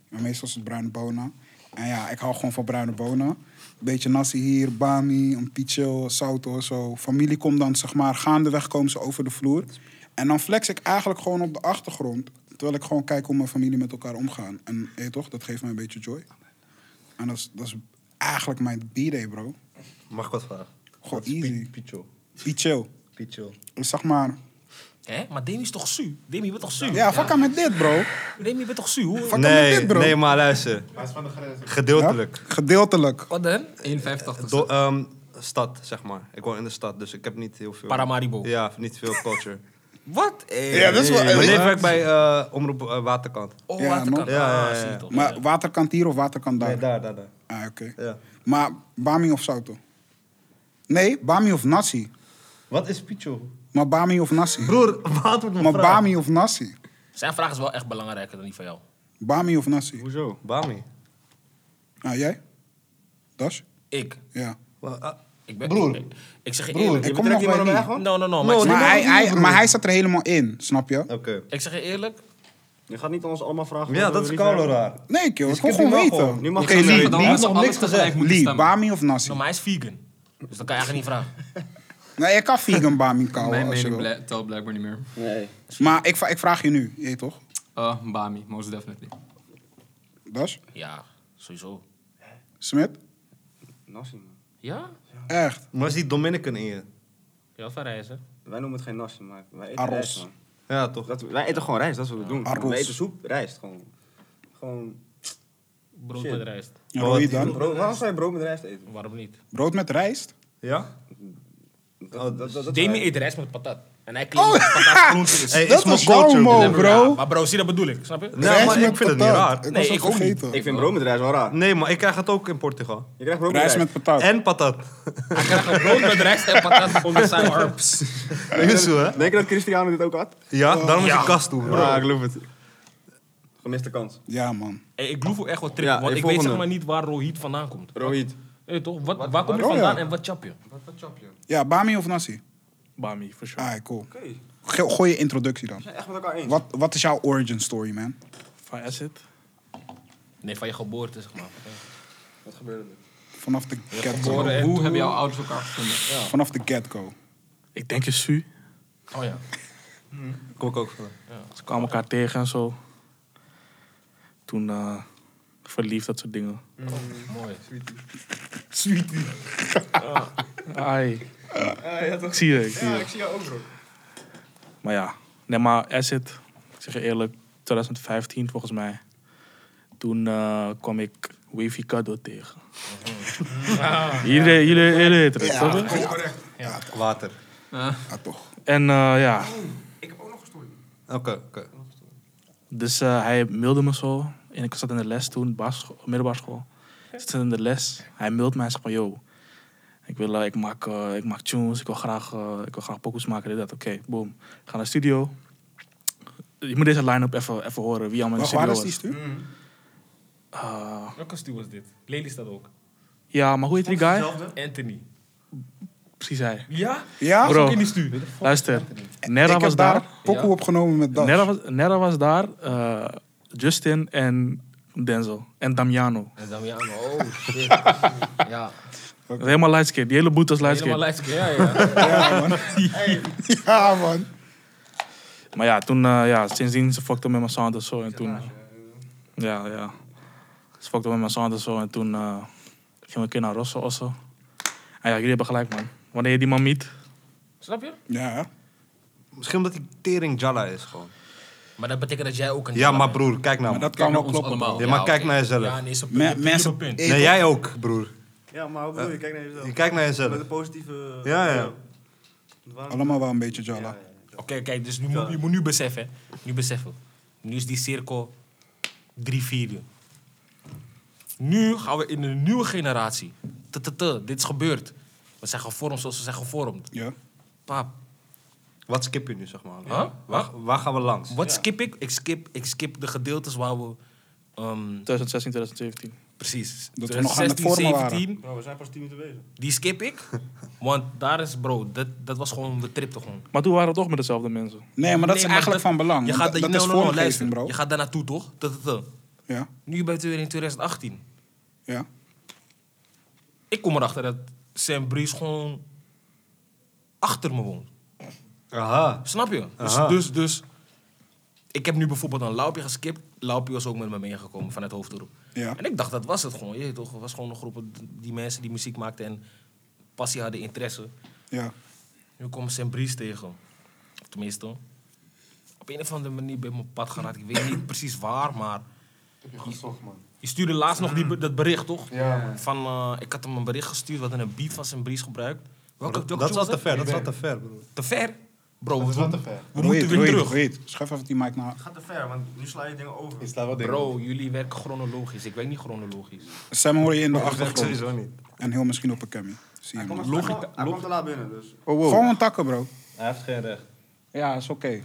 A: Maar meestal is het bruine bonen. En ja, ik hou gewoon van bruine bonen. Beetje nasi hier, bami, een pichel, sauto, zo. Familie komt dan, zeg maar, gaandeweg komen ze over de vloer. En dan flex ik eigenlijk gewoon op de achtergrond. Terwijl ik gewoon kijk hoe mijn familie met elkaar omgaan. En hé, toch, dat geeft mij een beetje joy. En dat is, dat is eigenlijk mijn b-day, bro.
B: Mag ik wat vragen?
A: Gewoon
B: Wat is pi-
A: easy.
B: Picho.
A: Pichel.
B: Picho.
A: Dus zeg maar...
E: Hé, maar Demi is toch zuur? Demi, je bent toch zuur?
A: Ja, fuck aan met dit, bro.
E: Demi, je bent toch zuur? Hoe-
A: Fuck aan met
B: Nee,
A: dit, bro.
B: nee, maar luister.
F: Hij is van de grens.
B: Gedeeltelijk.
A: Ja? Gedeeltelijk.
E: Wat dan?
D: 1,85.
B: Do- ehm, stad, zeg maar. Ik woon in de stad, dus ik heb niet heel veel...
E: Paramaribo.
B: Ja, niet veel culture.
E: Wat?
A: Ja, dat is wel...
B: Mijn neef
A: eh,
B: werkt bij eh, Omroep eh, Waterkant.
E: Oh,
A: Ja,
E: waterkant.
A: man.
B: Ja, ja,
E: Ah,
B: ja.
E: zie je toch.
A: Maar waterkant hier of waterkant daar?
B: Nee, daar, daar, daar.
A: Ah, oké.
B: Ja.
A: Maar Bami of Sauto? Nee, Bami of Nasi.
B: Wat is Picho?
A: Maar Bami of Nasi?
B: Broer, wat wordt
A: maar
B: mijn vraag?
A: Bami of Nasi?
E: Zijn vraag is wel echt belangrijker dan die van jou.
A: Bami of Nasi?
C: Hoezo?
B: Bami.
A: Ah, jij? Das?
E: Ik.
A: Ja.
B: Wa- ah,
E: Ik ben,
B: Broer.
E: Ik, ik zeg je eerlijk.
A: ik
E: Ik
A: kom nog bij die.
E: ben, no, no, no. Maar
B: No,
E: ik, zeg,
A: Maar
B: mag
A: hij,
B: niet,
A: hij,
B: broer.
A: maar hij zat er helemaal in, snap je?
B: Oké.
E: ik zeg je eerlijk.
C: Je gaat niet ons allemaal vragen.
B: Ja,
C: wat we
B: dat is
C: liever
B: koude
C: hebben.
B: raar.
A: Nee, joh,
B: Dus
A: ik wil
B: ik heb
A: gewoon weten.
B: die wel
A: Oké,
B: gewoon.
C: Nu mag
A: Lee,
C: je
A: Lee,
C: het
D: Dan
A: Lee,
D: hebben ze
B: nog niks
D: alles tegelijk
B: gezegd.
D: moeten
A: Lee,
D: stemmen.
A: Bami of Nasi?
E: Nou, maar hij is vegan. Dus dan kan je eigenlijk niet vragen.
A: Nee, ik kan vegan Bami
D: Mijn
A: kouwen als je
D: mening
A: wil.
D: bla- telt blijkbaar niet meer.
C: Nee.
A: Maar ik, va- ik vraag je nu, je weet toch?
D: Eh, Bami, most definitely.
A: Das?
E: Ja, sowieso.
A: Smit?
C: Nassi, man.
E: Ja?
A: Echt?
B: Maar is die Dominican in je?
E: Ja, van reizen.
C: Wij noemen het geen nassi, maar wij eten
A: Arroz.
C: rijst, man.
B: Ja, toch?
C: Dat, wij eten gewoon rijst, dat is wat we doen.
A: Arroz.
C: We eten soep, rijst. Gewoon. gewoon
E: Brood
C: Shit.
E: met rijst.
A: Roy dan?
C: brood, waarom zou je brood met rijst eten?
E: Waarom niet?
A: Brood met rijst?
B: Ja?
C: Dat, dat, dat, dat
E: Demi eet rijst met patat. En hij claimt dat patat groente is.
B: Hey,
A: Dat
B: is mijn
A: is jouw
B: culture,
A: mo,
B: broer.
A: bro.
E: Maar Oh! bro, zie dat bedoel ik. Snap je?
B: Nee,
A: Rijst
B: maar
A: met
B: ik vind het niet
A: patat.
B: raar.
A: Ik
E: Nee,
A: was
E: ik
A: het
E: ook niet.
A: vergeten.
C: Ik vind brood met rijst wel raar.
B: Nee, maar ik krijg het ook in Portugal.
C: Je krijgt brood met
A: Rijst
C: rijst.
A: met patat.
B: En patat.
E: Hij krijgt een brood met rijst en patat onder zijn arm.
B: Weet je zo, hè?
C: Denk je dat Cristiano dit ook had?
B: Ja, daarom is je kast toe, bro.
C: Ja, ik geloof het. Gemiste kans.
A: Ja, man.
E: Hey, ik geloof ook echt wat trip,
C: Ja,
E: want
C: hey,
E: ik weet
C: volgende.
E: zeg maar niet waar Rohit vandaan komt.
C: Rohit.
E: Hey, toch? Wat, waar kom je
A: waar-
E: vandaan
A: Oh, ja.
E: en wat chap je?
A: Ja, Bami of Nasi?
G: Bami, for sure.
A: Ah, cool. Ge- gooi je introductie dan.
C: Echt met elkaar eens.
A: Wat, wat is jouw origin story, man?
G: Van Acid.
E: Nee, van je geboorte zeg maar.
C: Wat gebeurde er?
A: Vanaf de get-go.
E: geboren.
D: Hoe hebben jouw ouders elkaar gevonden?
A: Vanaf de get-go.
G: Ik denk je Su.
E: Oh ja.
B: Kom ik ook van.
G: Ze kwamen elkaar tegen en zo. Toen eh, verliefd, dat soort dingen.
E: Mooi.
G: Ai. Ik zie je, ik zie je.
C: zie jou ook, bro.
G: Maar ja, nee, maar Acid, ik zeg je eerlijk, 2015 volgens mij. Toen eh, kwam ik Wavy Kado tegen.
C: Oh.
G: Jullie jullie- jullie weten het, toch?
B: Water.
A: Ja, toch.
G: En eh, ja,
B: Oké, oké.
G: dus eh, hij mailde me zo. En ik zat in de les toen, basisschool- middelbare school. Ik zat in de les. Hij mailt mij en zegt van, yo, ik, wil, eh, ik, maak, eh, ik maak tunes, ik wil graag, eh, ik wil graag pokus maken, dit, dat. Oké, boom. Ga naar de studio. Je moet deze line-up even, even horen, wie allemaal in de
A: Wacht,
G: studio
A: waar is
G: was.
A: die stuur?
G: Eh,
E: Welke stuur was dit? Lely staat ook.
G: ja, maar hoe heet die guy?
E: Anthony.
G: precies hij.
E: Ja?
A: Ja?
G: Bro.
E: Ook in die stuur.
G: Luister, Nera
A: ik
G: was
A: heb daar
G: daar.
A: een pokoe
E: Ja.
A: opgenomen met Dat.
G: Nera was, Nera was daar. eh, Justin en Denzel. En Damiano.
E: En dan ja, maar oh shit. Ja.
G: Dat is Helemaal lightscape. Die hele boete was
E: Helemaal
G: lightscape.
E: lijst. Ja, ja.
A: Ja, man. Ja, man.
G: Maar ja, toen, eh, ja, sindsdien ze fuckte met mijn sound en zo. En toen, ja, ja. Ze fuckte met mijn sound en zo. En toen eh, gingen we een keer naar Rosso of zo. En ja, jullie hebben gelijk, man. Wanneer je die man meet.
E: Snap je?
A: Ja.
B: Misschien omdat hij tering Jalla is gewoon.
E: Maar dat betekent dat jij ook een
B: Ja, maar
E: bent.
B: broer, kijk nou.
A: Maar dat
B: man.
A: kan
D: naar
A: wel
D: ons
A: kloppen.
D: allemaal.
B: Ja, maar kijk
E: oké.
B: naar jezelf.
E: Ja, nee, is op,
A: Me-
E: je- je- je-
A: mensen-
E: op punt.
B: Nee, jij ook, broer.
H: Ja, maar hoe bedoel je? Kijk naar jezelf.
B: Je kijkt naar jezelf.
H: Met een positieve... eh,
B: Ja, ja.
H: Waarom-
A: Allemaal wel een beetje
H: Ja,
A: jalla.
H: ja.
E: Oké, kijk, dus nu, moet- je moet nu beseffen. Nu beseffen. Nu is die cirkel drie vierde. Nu gaan we in een nieuwe generatie. Tututu, dit is gebeurd. We zijn gevormd zoals we zijn gevormd.
A: Ja.
E: Paap,
B: Wat skip je nu, zeg maar?
E: Huh? Wat?
B: Waar, waar gaan we langs?
E: wat skip ik? Ik skip, ik skip de gedeeltes waar we... ehm,
G: 2016, 2017.
E: precies.
A: Dat we nog aan het
E: 2016,
A: vormen waren.
E: 17,
H: Bro, we zijn pas 10 minuten bezig.
E: die skip ik. Want daar is, bro, dat, dat was gewoon, we tripten gewoon.
G: Maar toen waren we toch met dezelfde mensen.
A: Nee, maar dat
E: Nee,
A: is
E: maar
A: eigenlijk
E: dat-
A: van belang.
E: Je nou
A: want
E: gaat,
A: dat
E: no,
A: dat is
E: no, no,
A: vormgeving,
E: luister.
A: bro.
E: Je gaat daar naartoe, toch? Tututu.
A: Ja.
E: Nu bent u weer in 2018.
A: Ja.
E: Ik kom erachter dat Sam Brees gewoon achter me woont.
B: Aha.
E: Snap je? Dus,
B: Aha.
E: dus, dus ik heb nu bijvoorbeeld een Laupje geskipt. Laupje was ook met me meegekomen vanuit hoofdroep.
A: Ja.
E: En ik dacht, dat was het gewoon. Je weet toch, het was gewoon een groep die mensen die muziek maakten en passie hadden, interesse.
A: Ja.
E: Nu kom ik Sam Brees tegen. Of tenminste, op een of andere manier ben ik op mijn pad geraakt. Ik weet niet precies waar, maar...
F: Gezocht, man.
E: Je stuurde laatst nog die, be- dat bericht, toch?
F: Ja, man.
E: Van, eh, ik had hem een bericht gestuurd, wat een beat van zijn Brees gebruikt. Welke,
B: Dat,
E: welke
B: dat
E: tune
B: was te
E: dat?
B: ver, dat was te ver, broer.
E: Te ver? Bro,
F: Dat is
E: we,
F: wel te ver.
E: we moeten weer terug.
A: Weet. Schuif even die mic naar.
H: Het gaat te ver, want nu sla je dingen over.
F: Je staat wel dingen.
E: Bro, jullie werken chronologisch. Ik werk niet chronologisch.
A: Sam hoor je in de
B: Dat werkt
A: achtergrond.
B: sowieso niet.
A: En heel misschien op een cammy. Zie je
H: Hij
A: hem.
H: komt, hij komt- hij komt te laat binnen, dus...
A: Gewoon takken, bro.
B: Hij heeft geen recht.
A: Ja, is oké. We-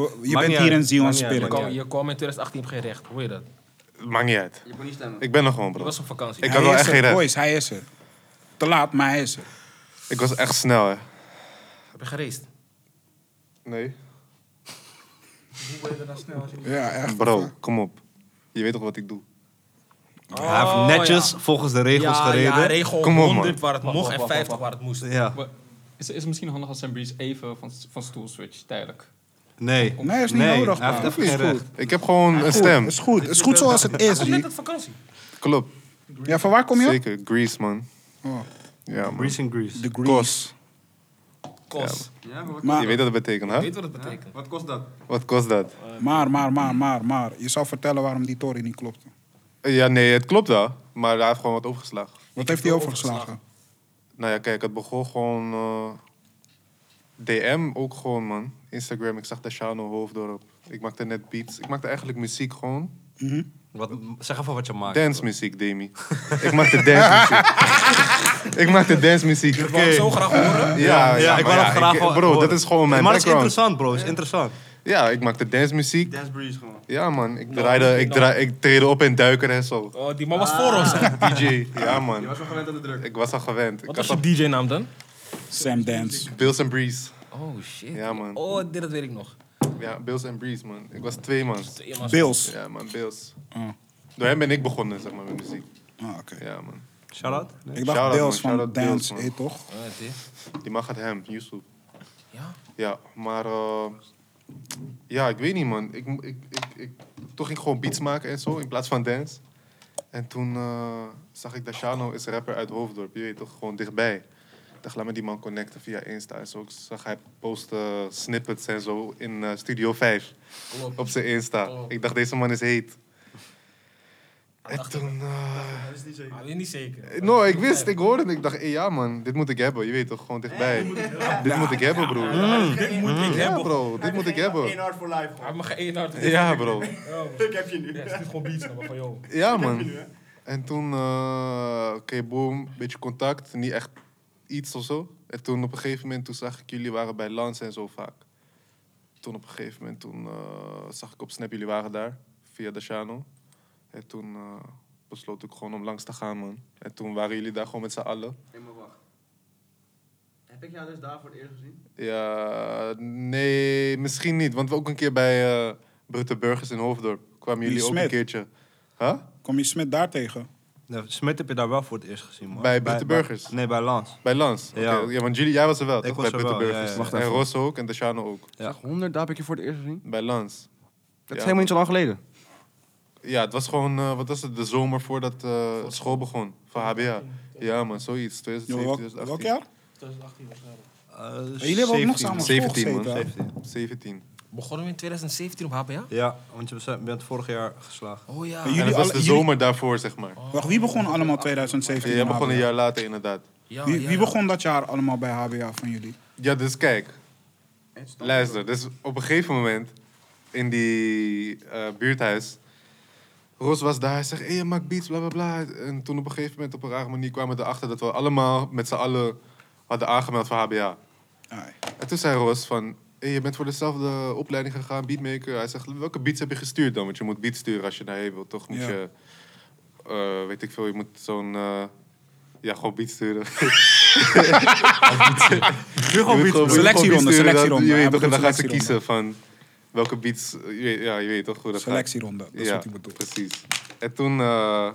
A: Je
B: niet
A: bent
B: uit.
A: hier in Zion
B: Maakt niet uit,
A: spirit.
B: maakt niet
E: Kom, je kwam in 2018 op geen recht, hoor je dat?
F: Maakt niet uit.
H: Je kon niet stemmen.
F: Ik ben er gewoon,
E: Je
F: bro.
E: was op vakantie.
F: Ik
A: Hij
F: had wel
A: is
F: echt
A: er,
F: geen recht.
A: boys, hij is er. Te laat, maar hij is er.
F: Ik was echt snel, hè.
E: Heb je geraced?
F: Nee.
A: Ja, echt.
F: Bro, kom op. Je weet toch wat ik doe?
B: Hij heeft netjes volgens de regels
E: Oh, ja,
B: gereden.
E: Ja, regel
F: Kom op, man.
E: 100 waar het mocht en 50 waar het moest.
B: Ja.
D: Maar Is, is het misschien handig als Sam Breeze even van, van stoel switcht, tijdelijk?
B: Nee.
A: Nee, is niet nodig,
B: Hij heeft
A: man.
B: even
A: Is
B: geen
A: goed.
B: recht.
F: Ik heb gewoon een
A: Goed,
F: stem.
A: is goed. Is goed zoals het is,
E: Hij komt net
A: G.
E: op vakantie.
F: Klopt.
A: Ja, van waar kom je?
F: Zeker. Grease, man.
A: Oh,
F: Ja, man.
B: Grease in Grease.
A: de Grease.
F: Kost.
E: Kos.
H: Ja, maar wat,
A: Maar,
F: Je weet wat dat betekent, hè?
E: Weet wat het betekent?
H: wat kost dat?
F: Wat kost dat?
A: maar, maar, maar, maar, maar. Je zou vertellen waarom die Tory niet klopte.
F: Eh, Ja, nee, het klopt wel. Maar hij heeft gewoon wat overgeslagen.
A: Wat heeft hij overgeslagen?
F: Nou ja, kijk, het begon gewoon... eh, DM ook gewoon, man. Instagram, ik zag Tashano Hoofddorp. Ik maakte net beats. Ik maakte eigenlijk muziek gewoon.
B: Wat, zeg even wat je maakt.
F: Dance muziek, Demi. ik maakte dance muziek. ik maakte dance muziek.
E: Ik wou het zo graag horen.
F: Ja,
B: ja, ik
F: maar
B: wou dat graag
F: ik-
B: wel
F: Bro,
B: horen.
F: dat is gewoon mijn
B: maar dat is
F: background.
B: interessant, bro. is interessant.
F: Ja, ik maakte dance muziek.
H: Dance Breeze gewoon.
F: Ja, man. Ik draaide, ik, draai, ik treden op en duiken en zo.
E: Oh, die man was voor ons. hè.
F: DJ. Ja,
H: Je
F: man.
H: was wel gewend aan de druk.
F: Ik was al gewend.
E: Wat
F: Ik
E: was
F: had
E: je
F: al
E: DJ-naam dan?
A: Sam Dance.
F: Bills and Breeze.
E: Oh shit.
F: Ja, man.
E: Oh, dit dat weet ik nog.
F: Ja, Bills and Breeze, man. Ik was twee, man.
A: Bills.
F: Ja, man. Bills.
A: Oh,
F: Door hem ben ik begonnen, zeg maar, met muziek.
A: ah, oké.
F: Ja, man.
B: Shout-out?
A: Ik dacht
F: Shout-out,
A: Bills
F: man.
A: van
F: Shout-out Bills,
A: Dance,
F: man.
A: eh, toch?
E: Ah, het is.
F: Die mag het hem, Yusuf.
E: Ja?
F: Ja, maar... eh, ja, ik weet niet, man. Ik, mo- ik, ik, ik, toen ging ik gewoon beats maken en zo, in plaats van dance. En toen eh, zag ik dat Shano is rapper uit Hoofddorp. Je weet toch, gewoon dichtbij. Ik dacht, laat me die man connecten via Insta en zo. Ik zag hij posten snippets en zo in eh, Studio 5.
E: Klopt.
F: Op zijn Insta.
E: Klopt.
F: Ik dacht, deze man is heet. En
E: Dacht
F: toen... eh,
H: Dat is niet zeker.
E: Ah, weet niet
A: Eh,
E: zeker.
F: No, ik wist, ik hoorde het. Ik dacht, eh, ja man, dit moet ik hebben. Je weet toch, gewoon dichtbij. Dit moet ik hebben, Mm. broer.
E: Dit moet ik
F: Ja,
E: hebben.
F: bro, dit moet ik
H: Eén
F: hebben.
H: hard for life
E: Hij
H: gewoon.
E: mag één hart.
F: Ja, bro.
H: Ik heb je nu.
E: Ja, het is gewoon beats, maar van joh.
F: Ja, man. En toen, eh, oké, boom, beetje contact, niet echt iets of zo. En toen op een gegeven moment, toen zag ik jullie waren bij Lance en zo vaak. Toen op een gegeven moment, toen eh, zag ik op Snap jullie waren daar, via de channel. En toen eh, besloot ik gewoon om langs te gaan, man. En toen waren jullie daar gewoon met z'n allen.
H: Hey, maar wacht. Heb ik jou dus daar voor het eerst gezien?
F: Ja, nee, misschien niet. Want we ook een keer bij eh Brute Burgers in Hoofddorp kwamen
A: Die
F: jullie ook een
A: Smit.
F: keertje. Huh?
A: Kom je Smit daar tegen?
B: Nee, Smit heb je daar wel voor het eerst gezien, man.
F: Bij Brute Burgers?
B: nee, bij Lans.
F: Bij Lans. Oké, Ja.
B: Ja.
F: want jullie, jij was er wel,
B: Ik
F: toch?
B: was
F: bij
B: er wel,
F: Brute
B: ja,
F: Burgers.
B: ja,
C: ja.
F: En Rosso ook en Dashano ook.
B: Ja.
C: Zeg, 100, daar heb ik je voor het eerst gezien.
F: Bij Lans.
C: Dat
F: Ja.
C: is helemaal niet zo lang geleden.
F: Ja, het was gewoon, eh, wat was het, de zomer voordat eh, school begon. Van HBA. Ja man, zoiets.
A: Yo,
F: 2017,
A: welk,
F: 2018.
A: welk jaar?
G: 2018 waarschijnlijk.
A: Jullie hebben ook nog samen op school
F: 17, man.
A: gezeten.
B: 17.
F: 17.
E: Begonnen we in 2017 op HBA?
B: Ja, want je bent- bent vorig jaar geslagen.
E: Oh ja.
A: Jullie
F: en het was
A: alle-
F: de
A: jullie- Oh,
F: zomer daarvoor, zeg maar.
A: Wacht, wie begon allemaal 2017?
F: Ja, jij begon een
A: HBA?
F: jaar later, inderdaad.
E: ja,
A: Wie,
E: ja,
A: wie
E: ja.
A: begon dat jaar allemaal bij HBA van jullie?
F: Ja, dus kijk. Luister, dus op een gegeven moment in die eh, buurthuis. Ros was daar, hij zegt, hey, je maakt beats, bla bla bla. En toen op een gegeven moment op een rare manier kwamen we erachter dat we allemaal met z'n allen hadden aangemeld voor HBA.
A: Ai.
F: En toen zei Ros van, hey, je bent voor dezelfde opleiding gegaan, beatmaker. Hij zegt, welke beats heb je gestuurd dan? Want je moet beats sturen als je naar heen wilt, toch? Moet
A: Ja.
F: je, eh, weet ik veel, je moet zo'n, eh, ja, gewoon beats sturen. Je weet gewoon-
A: Selectieronde,
F: je weet gewoon beats sturen,
A: selectieronde.
F: dat- Je
A: Hij
F: weet toch, en dan
A: bedoelt
F: gaan ze kiezen van welke beats, eh, je weet- ja, je weet toch hoe dat gaat.
A: Selectieronde, dat is
F: Ja,
A: wat ik bedoel.
F: precies. En toen eh,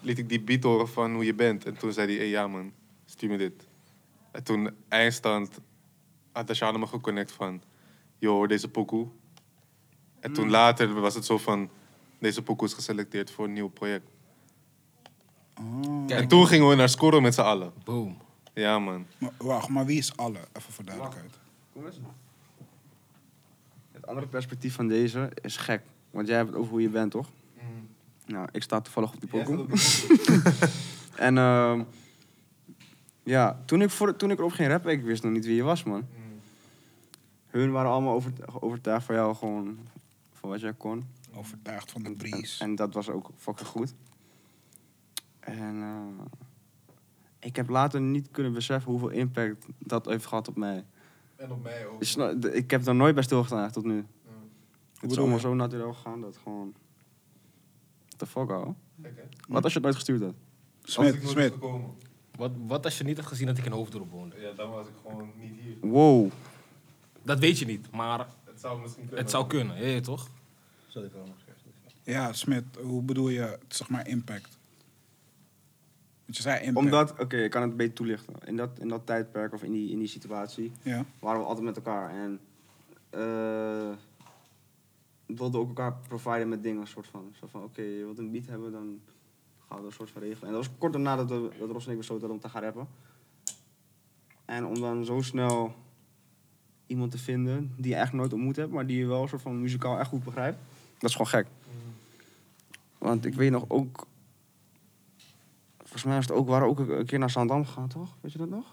F: liet ik die beat horen van hoe je bent. En toen zei hij, hey, ja man, stuur me dit. En toen eindstand had Dashana me geconnect van, joh, hoor deze pokoe. En
A: Mm.
F: toen later was het zo van, deze pokoe is geselecteerd voor een nieuw project.
A: Ah.
E: Kijk,
F: En toen gingen we naar scoren met z'n allen.
E: Boom.
F: Ja man.
A: Maar, wacht, maar wie is alle? Even voor duidelijkheid.
C: Kom eens. Het andere perspectief van deze is gek. Want jij hebt het over hoe je bent, toch? Nou, ik sta toevallig op die pokoe. en ehm, ja, toen ik, voor, toen ik erop ging rappen, ik wist nog niet wie je was, man. Hun waren allemaal over, overtuigd van jou, gewoon van wat jij kon.
A: Overtuigd van de
C: En,
A: breeze.
C: en dat was ook fucking goed. En eh, ik heb later niet kunnen beseffen hoeveel impact dat heeft gehad op mij.
F: En op mij ook.
C: Ik snap- nou- de- Ik heb daar nooit bij stilgestaan echt tot nu. Het is
A: bedoel
C: allemaal
A: je?
C: zo natuurlijk gegaan dat gewoon... What the fuck, ouwe? Wat als je het nooit gestuurd had?
A: Smit, Smit.
E: Wat, wat als je niet had gezien dat ik in Hoofddorp woonde?
F: Ja, dan was ik gewoon niet hier.
C: Wow.
E: Dat weet je niet, maar
F: Het zou misschien kunnen.
E: het zou kunnen. Ja, ja, toch?
A: Ja, Smit, hoe bedoel je, zeg maar, impact? Want je zei impact.
C: Omdat, oké, ik kan het beter toelichten. In dat, in dat tijdperk of in die, in die situatie
A: Ja,
C: waren we altijd met elkaar. En eh wilden ook elkaar providen met dingen, soort van. Zo van, oké, je wilt een beat hebben, dan gaan we een soort van regelen. En dat was kort daarna dat, we, dat Ros en ik besloten hadden om te gaan rappen. En om dan zo snel iemand te vinden die je eigenlijk nooit ontmoet hebt, maar die je wel een soort van muzikaal echt goed begrijpt. Dat is gewoon gek. Want ik weet nog ook... Volgens mij was het ook, waren we ook een keer naar Zandam gegaan, toch? Weet je dat nog?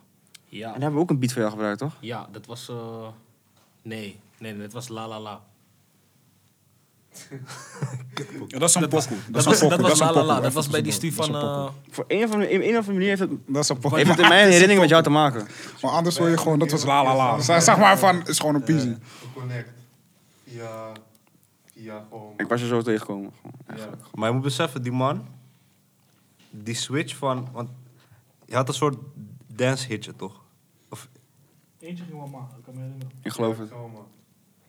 C: En
E: Ja.
C: daar hebben we ook een beat voor jou gebruikt, toch?
E: Ja, dat was... eh, Nee, nee, nee, dat was La La La.
A: ja dat is een pokoe.
E: Dat
A: is
E: was,
A: een
E: dat
A: pokoe,
E: was
A: is een
E: La La La.
A: pokoe,
E: Dat
A: even
E: was bij die stu
A: tussendoor.
E: van...
A: Dat is een
E: eh,
C: Voor een of andere, in een of andere manier heeft het,
A: pokoe. Dat is een pokoe.
C: heeft het in mijn herinnering met jou te maken.
A: Maar anders hoor je gewoon, dat was la la la. Zeg zeg maar van, is gewoon een piezie.
F: Connect. Via, via gewoon...
C: Ik was je zo tegengekomen. gewoon.
B: Maar je moet beseffen, die man, die switch van, want je had een soort dance hitje toch? Of,
G: Eentje ging wel maar, ik kan me herinneren.
C: Ik geloof het.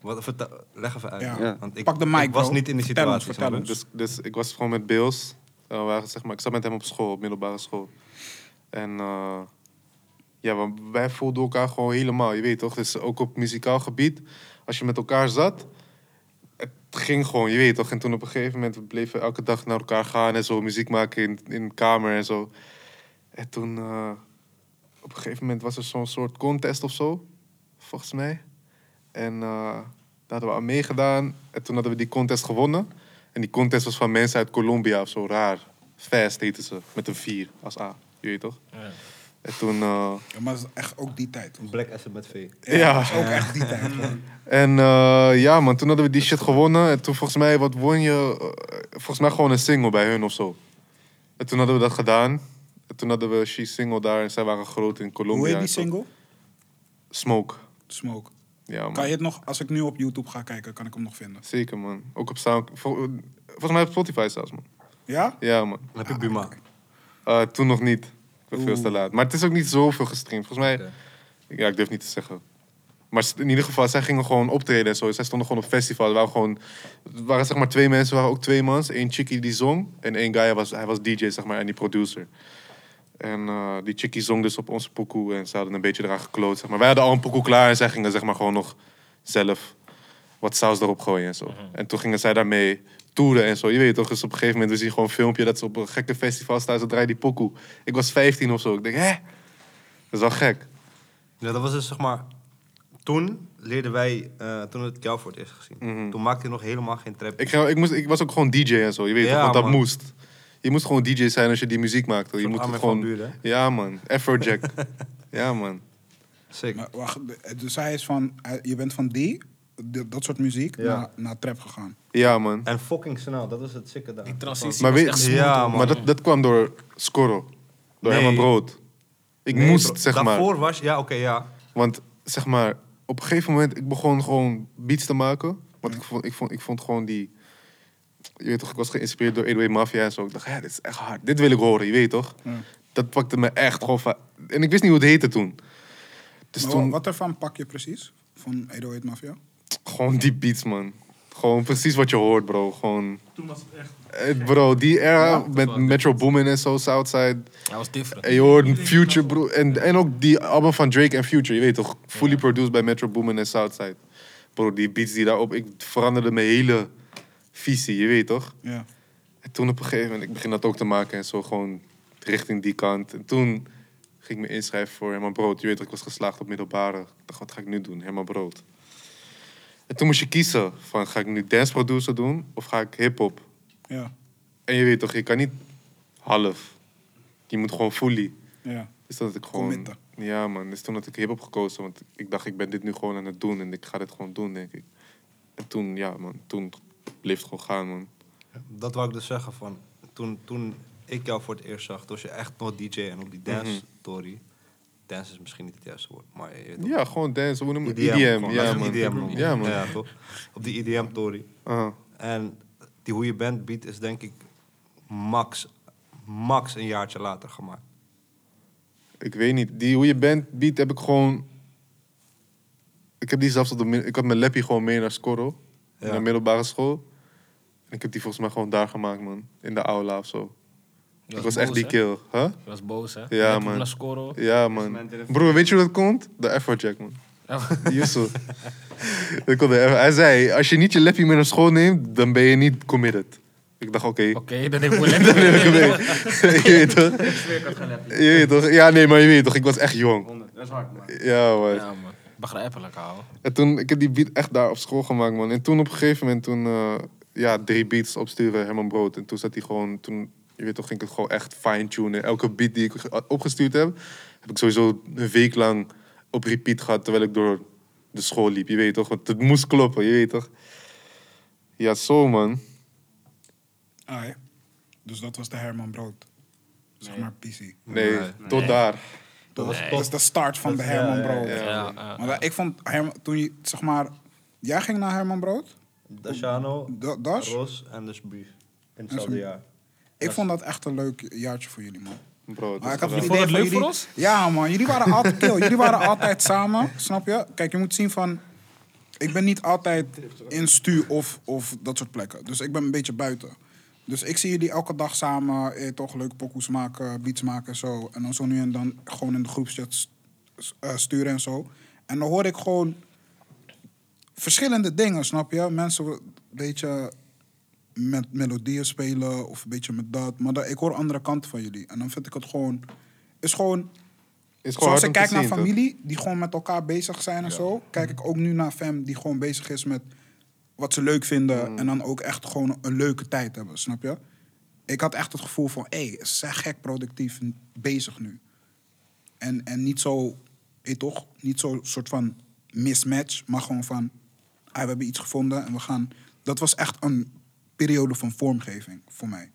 B: wat, vertel- leg even uit.
A: Ja.
C: Ja.
B: Want
A: Pak de mic,
B: ik was
A: bro.
B: niet in die
A: Vertel ons,
B: situatie.
A: vertel
B: snap je?
A: ons.
F: Dus, dus ik was gewoon met Bills. Eh, we waren, zeg maar, ik zat met hem op school, op middelbare school. En eh, ja, we- wij voelden elkaar gewoon helemaal, je weet toch? Dus ook op muzikaal gebied, als je met elkaar zat, het ging gewoon, je weet toch? En toen op een gegeven moment we bleven we elke dag naar elkaar gaan en zo muziek maken in, in de kamer en zo. En toen, eh, op een gegeven moment was er zo'n soort contest of zo, volgens mij. En eh, daar hadden we aan meegedaan. En toen hadden we die contest gewonnen. En die contest was van mensen uit Colombia of zo, raar. Fast heten ze, met een 4 als A. Je weet toch? En toen... eh,
A: Ja, maar dat is echt ook die tijd. hoor.
B: Dus Black Asset met V.
F: ja.
A: Dat is ook echt die tijd. hoor.
F: En eh, ja man, toen hadden we die shit gewonnen. En toen volgens mij, wat won je? Eh, volgens mij gewoon een single bij hun of zo. En toen hadden we dat gedaan. En toen hadden we She Single daar en zij waren groot in Colombia.
A: Hoe heet
F: en
A: die
F: zo.
A: single?
F: Smoke.
A: Smoke.
F: Ja man.
A: Kan je het nog, als ik nu op YouTube ga kijken, kan ik hem nog vinden.
F: Zeker man. Ook op Sound... vol- volgens mij op Spotify zelfs man.
A: Ja?
F: Ja man.
B: Dan heb je Buma.
F: Eh, toen nog niet. Ik ben veel te laat. Maar het is ook niet zoveel gestreamd. Volgens mij, Ik- Ja, ik durf niet te zeggen. Maar in ieder geval, zij gingen gewoon optreden en zo. Zij stonden gewoon op festival. Er waren gewoon, er waren zeg maar twee mensen, er waren ook twee mans. Eén chickie die zong en één guy, hij was, hij was DJ zeg maar en die producer. En eh, die chickie zong dus op onze pokoe en ze hadden een beetje eraan gekloot zeg maar. Wij hadden al een pokoe klaar en zij gingen zeg maar gewoon nog zelf wat saus erop gooien en zo.
B: Mhm.
F: En toen gingen zij daarmee toeren en zo. Je weet toch, dus op een gegeven moment we zien gewoon een filmpje dat ze op een gekke festival staan. Ze draaien die pokoe. Ik was 15 of zo. Ik denk, hè? Dat is wel gek.
B: Ja, dat was dus zeg maar. Toen leerden wij, eh, toen het jou voor het eerst gezien.
F: Mhm.
B: Toen maakte je nog helemaal geen trap.
F: Ik, ging- ik, moest, ik was ook gewoon DJ en zo. Je weet
B: Ja,
F: toch, want dat
B: man.
F: moest. Je moest gewoon DJ zijn als je die muziek maakte. Je
B: soort
F: moet het
B: Armin
F: gewoon.
B: van Buren,
F: ja, man. Afrojack. ja, man.
B: Sick.
A: Maar wacht, de- dus hij is van, hij- je bent van die, de- dat soort muziek,
B: Ja.
A: naar, naar trap gegaan.
F: Ja, man.
B: En fucking snel, dat is het sikke daar.
E: Die transitie
F: Maar,
E: was
F: weet,
E: echt smooth,
F: ja,
E: hoor.
F: maar dat, dat kwam door Scorro. Door
B: Nee.
F: Herman Brood. Ik
B: Nee,
F: moest,
B: bro,
F: zeg maar.
B: Daarvoor was, ja, oké, ja.
F: Want zeg maar, op een gegeven moment, ik begon gewoon beats te maken. Want ik, vond, ik, vond, ik vond gewoon die. Je weet toch, ik was geïnspireerd door Edway Mafia en zo. Ik dacht, ja, dit is echt hard. Dit wil ik horen, je weet toch? Dat pakte me echt gewoon. va- En ik wist niet hoe het heette toen. Dus
A: Maar wa-
F: toen
A: Wat ervan pak je precies? Van Edo Heet Mafia?
F: gewoon die beats, man. Gewoon precies wat je hoort, bro. Gewoon.
H: Toen was het echt...
F: eh, Bro, die era met
D: wel.
F: Metro Boomin en zo, Southside.
E: Hij was different.
F: En je hoort Future, bro. En, en ook die album van Drake en Future, je weet toch? Fully produced bij Metro Boomin en Southside. Bro, die beats die daarop... Ik veranderde mijn hele visie, je weet toch?
A: Ja.
F: En toen op een gegeven moment, ik begin dat ook te maken en zo gewoon richting die kant. En toen ging ik me inschrijven voor Herman Brood. Je weet dat ik was geslaagd op middelbare. Ik dacht, wat ga ik nu doen? Herman Brood. En toen moest je kiezen van, ga ik nu dance producer doen of ga ik hip-hop?
A: Ja,
F: En je weet toch, je kan niet half. Je moet gewoon fully.
A: ja.
F: Dus dat ik gewoon...
A: Committen.
F: Ja man, dus toen had ik hip-hop gekozen. Want ik dacht, ik ben dit nu gewoon aan het doen. En ik ga dit gewoon doen, denk ik. En toen, ja man, toen bleef het gewoon gaan man.
B: Dat wou ik dus zeggen van, toen, toen ik jou voor het eerst zag, toen was je echt nog DJ en op die
F: Mhm.
B: dance story. Dance is misschien niet het juiste woord, maar je weet toch.
F: Ja, gewoon dance. Hoe noem je
B: IDM.
F: IDM.
B: gewoon.
F: Ja
B: Dat is
F: E man.
B: een IDM, man.
F: Ja man.
B: Ja, toch? Op die IDM story.
F: Ah,
B: En die Hoe Je Bent beat is denk ik max, max een jaartje later gemaakt.
F: ik weet niet. Die hoe je bent beat heb ik gewoon... Ik heb die zelfs op de... mid- Ik had mijn lappie gewoon mee naar Scorro.
B: Ja.
F: Naar middelbare school. En ik heb die volgens mij gewoon daar gemaakt man. In de aula of zo.
E: Je
F: ik was echt
E: boos,
F: die
E: hè?
F: kill. Huh?
E: Je was boos, hè?
F: Ja,
E: Je had
F: man.
E: hem Naar scoren.
F: Ja,
H: mijn
F: man.
H: telefoon.
F: Broer, weet je hoe dat komt? De Afrojack, man.
E: Ja.
F: Yusuf. dat komt de Afro- Hij zei, als je niet je lappie mee naar school neemt, dan ben je niet committed. Ik dacht, oké.
E: Oké, dan neem ik wel even
F: Dan neem ik hem mee. je weet toch?
H: Ik zweer, ik had geen lapje.
F: Je weet toch? Ja, nee, maar je weet toch, ik was echt jong.
H: 100. Dat is hard, man.
F: Ja, man.
E: Ja, man. Begrijpelijk, ouwe.
F: En toen, ik heb die beat echt daar op school gemaakt, man. En toen op een gegeven moment, toen, eh, ja, drie beats opsturen, Herman Brood. En toen zat hij gewoon, toen, je weet toch, ging ik het gewoon echt fine-tunen. Elke beat die ik ge- opgestuurd heb, heb ik sowieso een week lang op repeat gehad, terwijl ik door de school liep, je weet toch. Want het moest kloppen, je weet toch. Ja, zo, man.
A: Ai. Dus dat was de Herman Brood. Zeg maar PC.
F: Nee,
B: Nee.
F: tot daar.
A: Dat, was,
E: Nee.
A: dat is de start van de Herman Brood.
E: Ja, eh,
A: Maar ik vond, Herman, toen je, zeg maar, jij ging naar Herman Brood?
B: Dashano,
A: Da- Das?
B: Ros en dus Brief. In
A: is
B: hetzelfde
A: een-
B: jaar.
A: Ik vond dat echt een leuk jaartje voor jullie, man.
F: Bro, het
A: Maar
F: is
A: ik had het
F: geweldig.
A: idee
E: vond het
A: van
E: leuk
A: jullie-
E: voor ons?
A: Ja, man. Jullie waren altijd kill. Jullie waren altijd samen, snap je? Kijk, je moet zien van... Ik ben niet altijd in stuur of, of dat soort plekken. Dus ik ben een beetje buiten. Dus ik zie jullie elke dag samen eh, toch leuke pokoes maken, beats maken en zo. En dan zo nu en dan gewoon in de groepschats eh, sturen en zo. En dan hoor ik gewoon verschillende dingen, snap je? Mensen een beetje met melodieën spelen of een beetje met dat. Maar dan- ik hoor andere kanten van jullie. En dan vind ik het gewoon... is gewoon
F: Is gewoon
A: Zoals
F: hard
A: ik
F: om
A: kijk
F: te
A: naar
F: zien, toch?
A: familie die gewoon met elkaar bezig zijn en zo, kijk ik ook nu naar fam die gewoon bezig is met wat ze leuk vinden en dan ook echt gewoon een leuke tijd hebben, snap je? Ik had echt het gevoel van, hé, hey, ze zijn gek productief en bezig nu. En, en niet zo, weet toch, niet zo'n soort van mismatch, maar gewoon van, ah, we hebben iets gevonden en we gaan. Dat was echt een periode van vormgeving voor mij.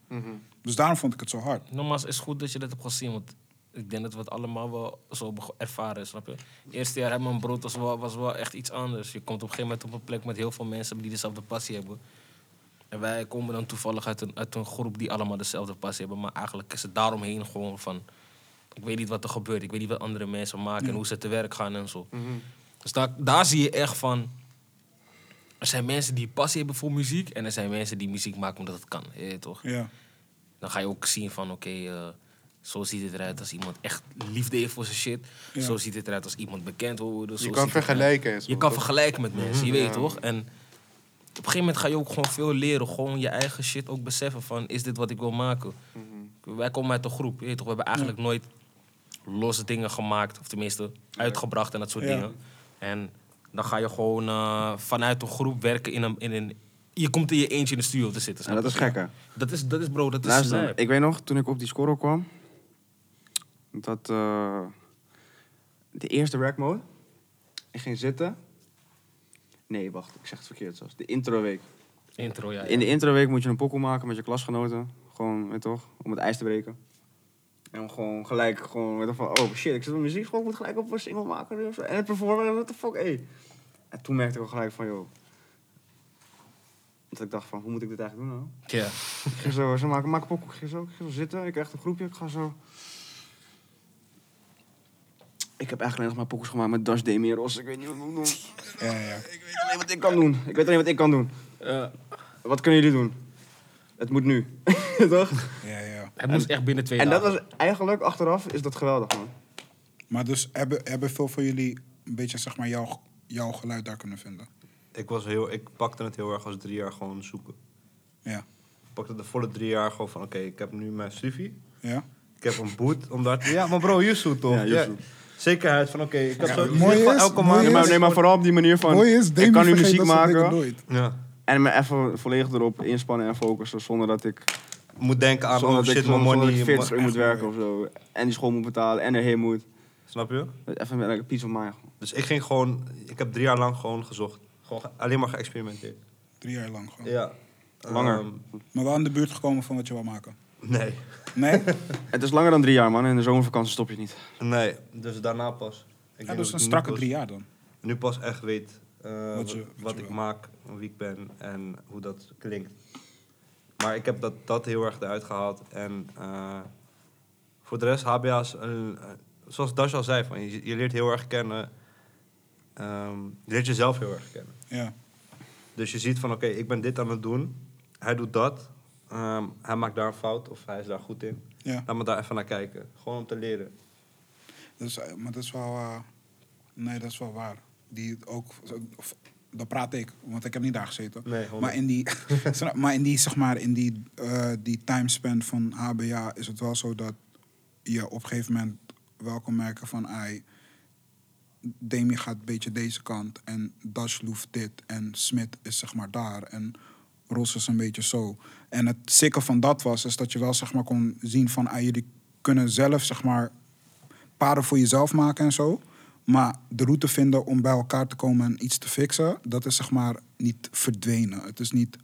A: Dus daarom vond ik het zo hard.
E: Nogmaals, het is goed dat je dit hebt gezien, want ik denk dat we het allemaal wel zo bego- ervaren, snap je? Het eerste jaar hebben mijn brood was wel, was wel echt iets anders. Je komt op een gegeven moment op een plek met heel veel mensen die dezelfde passie hebben. En wij komen dan toevallig uit een, uit een groep die allemaal dezelfde passie hebben, maar eigenlijk is het daaromheen gewoon van Ik weet niet wat er gebeurt. Ik weet niet wat andere mensen maken en hoe ze te werk gaan en zo. Dus daar, daar zie je echt van. Er zijn mensen die passie hebben voor muziek. En er zijn mensen die muziek maken omdat het kan. Je weet toch?
A: Ja.
E: Dan ga je ook zien van, oké, eh, zo ziet het eruit als iemand echt liefde heeft voor zijn shit.
A: Ja.
E: Zo ziet het eruit als iemand bekend wil worden. Zo
F: Je
E: ziet
F: kan
E: het eruit-
F: vergelijken. en zo.
E: Je kan
F: Dat-
E: vergelijken met mensen, je
F: Mhm.
E: weet
F: Ja.
E: toch? En op een gegeven moment ga je ook gewoon veel leren. Gewoon je eigen shit ook beseffen van, is dit wat ik wil maken?
F: Mhm.
E: Wij komen uit de groep, je weet toch? We hebben eigenlijk nooit losse dingen gemaakt. Of tenminste, uitgebracht en dat soort
A: Ja.
E: dingen. En dan ga je gewoon eh, vanuit een groep werken in een... In een je komt in je eentje in de studio te zitten.
C: Ja,
E: snap
C: dat
E: je?
C: is gekker.
E: Dat is, dat is bro, dat is... lijp.
C: Luister, ik weet nog, toen ik op die score kwam, dat eh, de eerste rack mode, ik ging zitten. Nee, wacht, ik zeg het verkeerd zelfs. De introweek.
E: Intro, ja.
C: In de introweek moet je een pokkel maken met je klasgenoten. Gewoon, weet je toch, om het ijs te breken. En om gewoon gelijk, gewoon, weet je toch, van, oh shit, ik zit op muziek, ik moet gelijk op een single maken. of zo. En het performen, what the fuck, ey. En toen merkte ik al gelijk van, joh. Dat ik dacht van, hoe moet ik dit eigenlijk doen nou?
E: ja.
C: Ik ging zo, zo maken, maak een pokkel. Ik ging zo, ik ging zo zitten. Ik kreeg echt een groepje. Ik ga zo. Ik heb eigenlijk alleen nog maar pokkels gemaakt met Dash Demeros. Ik weet niet wat ik moet doen.
A: Ja, ja.
C: Ik weet alleen wat ik kan doen. Ik weet alleen wat ik kan doen. Wat kunnen jullie doen? Het moet nu. Toch?
A: ja, ja.
E: Hij moest echt binnen twee
C: En dat
E: dagen.
C: was eigenlijk achteraf is dat geweldig man.
A: Maar dus hebben, hebben veel van jullie een beetje zeg maar jouw, jouw geluid daar kunnen vinden.
B: Ik, was heel, ik pakte het heel erg als drie jaar gewoon zoeken.
A: Ja.
B: Ik pakte de volle drie jaar gewoon van, oké, ik heb nu mijn Srivi.
A: Ja?
B: Ik heb een boot, omdat... Ja, maar bro, Yusu toch?
C: Ja, Yusu.
B: Zekerheid van, oké, ik heb
A: Ja,
B: zo...
A: mooi
B: in ieder geval
A: is-
B: elke
A: mooi
B: maand...
A: is-
C: Maar, nee, maar vooral op die manier van.
A: Mooi is,
C: ik
A: Demi
C: kan nu
A: vergeet
C: muziek
A: dat soort dingen
C: maken.
A: nooit.
B: Ja.
C: En me even volledig erop inspannen en focussen zonder dat ik.
B: Moet denken aan,
C: zonder
B: oh
C: dat ik,
B: shit, mijn
C: zonder dat ik
B: money...
C: 40 uur
B: ma-
C: moet werken of zo. En die school moet betalen en erheen moet.
B: Snap je?
C: Even met een piece of mind.
B: Dus ik ging gewoon... Ik heb drie jaar lang gewoon gezocht. Gewoon ge- alleen maar geëxperimenteerd.
A: Drie jaar lang gewoon.
B: Ja.
C: Langer.
B: Ehm,
A: Maar wel in de buurt gekomen van wat je wil maken.
B: nee.
A: Nee?
C: Het is langer dan drie jaar, man. In de zomervakantie stop je het niet.
B: Nee. Dus daarna pas. Ik
A: ja,
B: denk
A: dus
B: ik
A: een
B: nu
A: strakke
B: pas-
A: drie jaar dan.
B: Nu pas echt weet eh,
A: Wat
B: wat,
A: je- wat
B: wat
A: je
B: ik
A: wil.
B: maak, wie ik ben en hoe dat klinkt. Maar ik heb dat, dat heel erg eruit gehaald. En eh, voor de rest, HBA's, een- eh, zoals Dash al zei, van, je, je leert heel erg kennen. ehm, je leert jezelf heel erg kennen.
A: Ja.
B: Dus je ziet van, oké, ik ben dit aan het doen. Hij doet dat. Ehm, hij maakt daar een fout of hij is daar goed in.
A: ja.
B: Laat me daar even naar kijken. Gewoon om te leren.
A: Dus, eh, maar dat is wel... eh, nee, dat is wel waar. Die ook... of- Dat praat ik, want ik heb niet daar gezeten.
B: Nee, honderd.
A: maar in die, snap- maar in die, zeg maar, in die, eh die timespan van HBA is het wel zo dat je op een gegeven moment wel kan merken van... ah, ai, Demi gaat een beetje deze kant en Dash loeft dit en Smit is zeg maar daar en Ros is een beetje zo. En het sikke van dat was, is dat je wel zeg maar kon zien van ah, jullie kunnen zelf zeg maar paden voor jezelf maken en zo. Maar de route vinden om bij elkaar te komen en iets te fixen, dat is zeg maar niet verdwenen. Het is niet...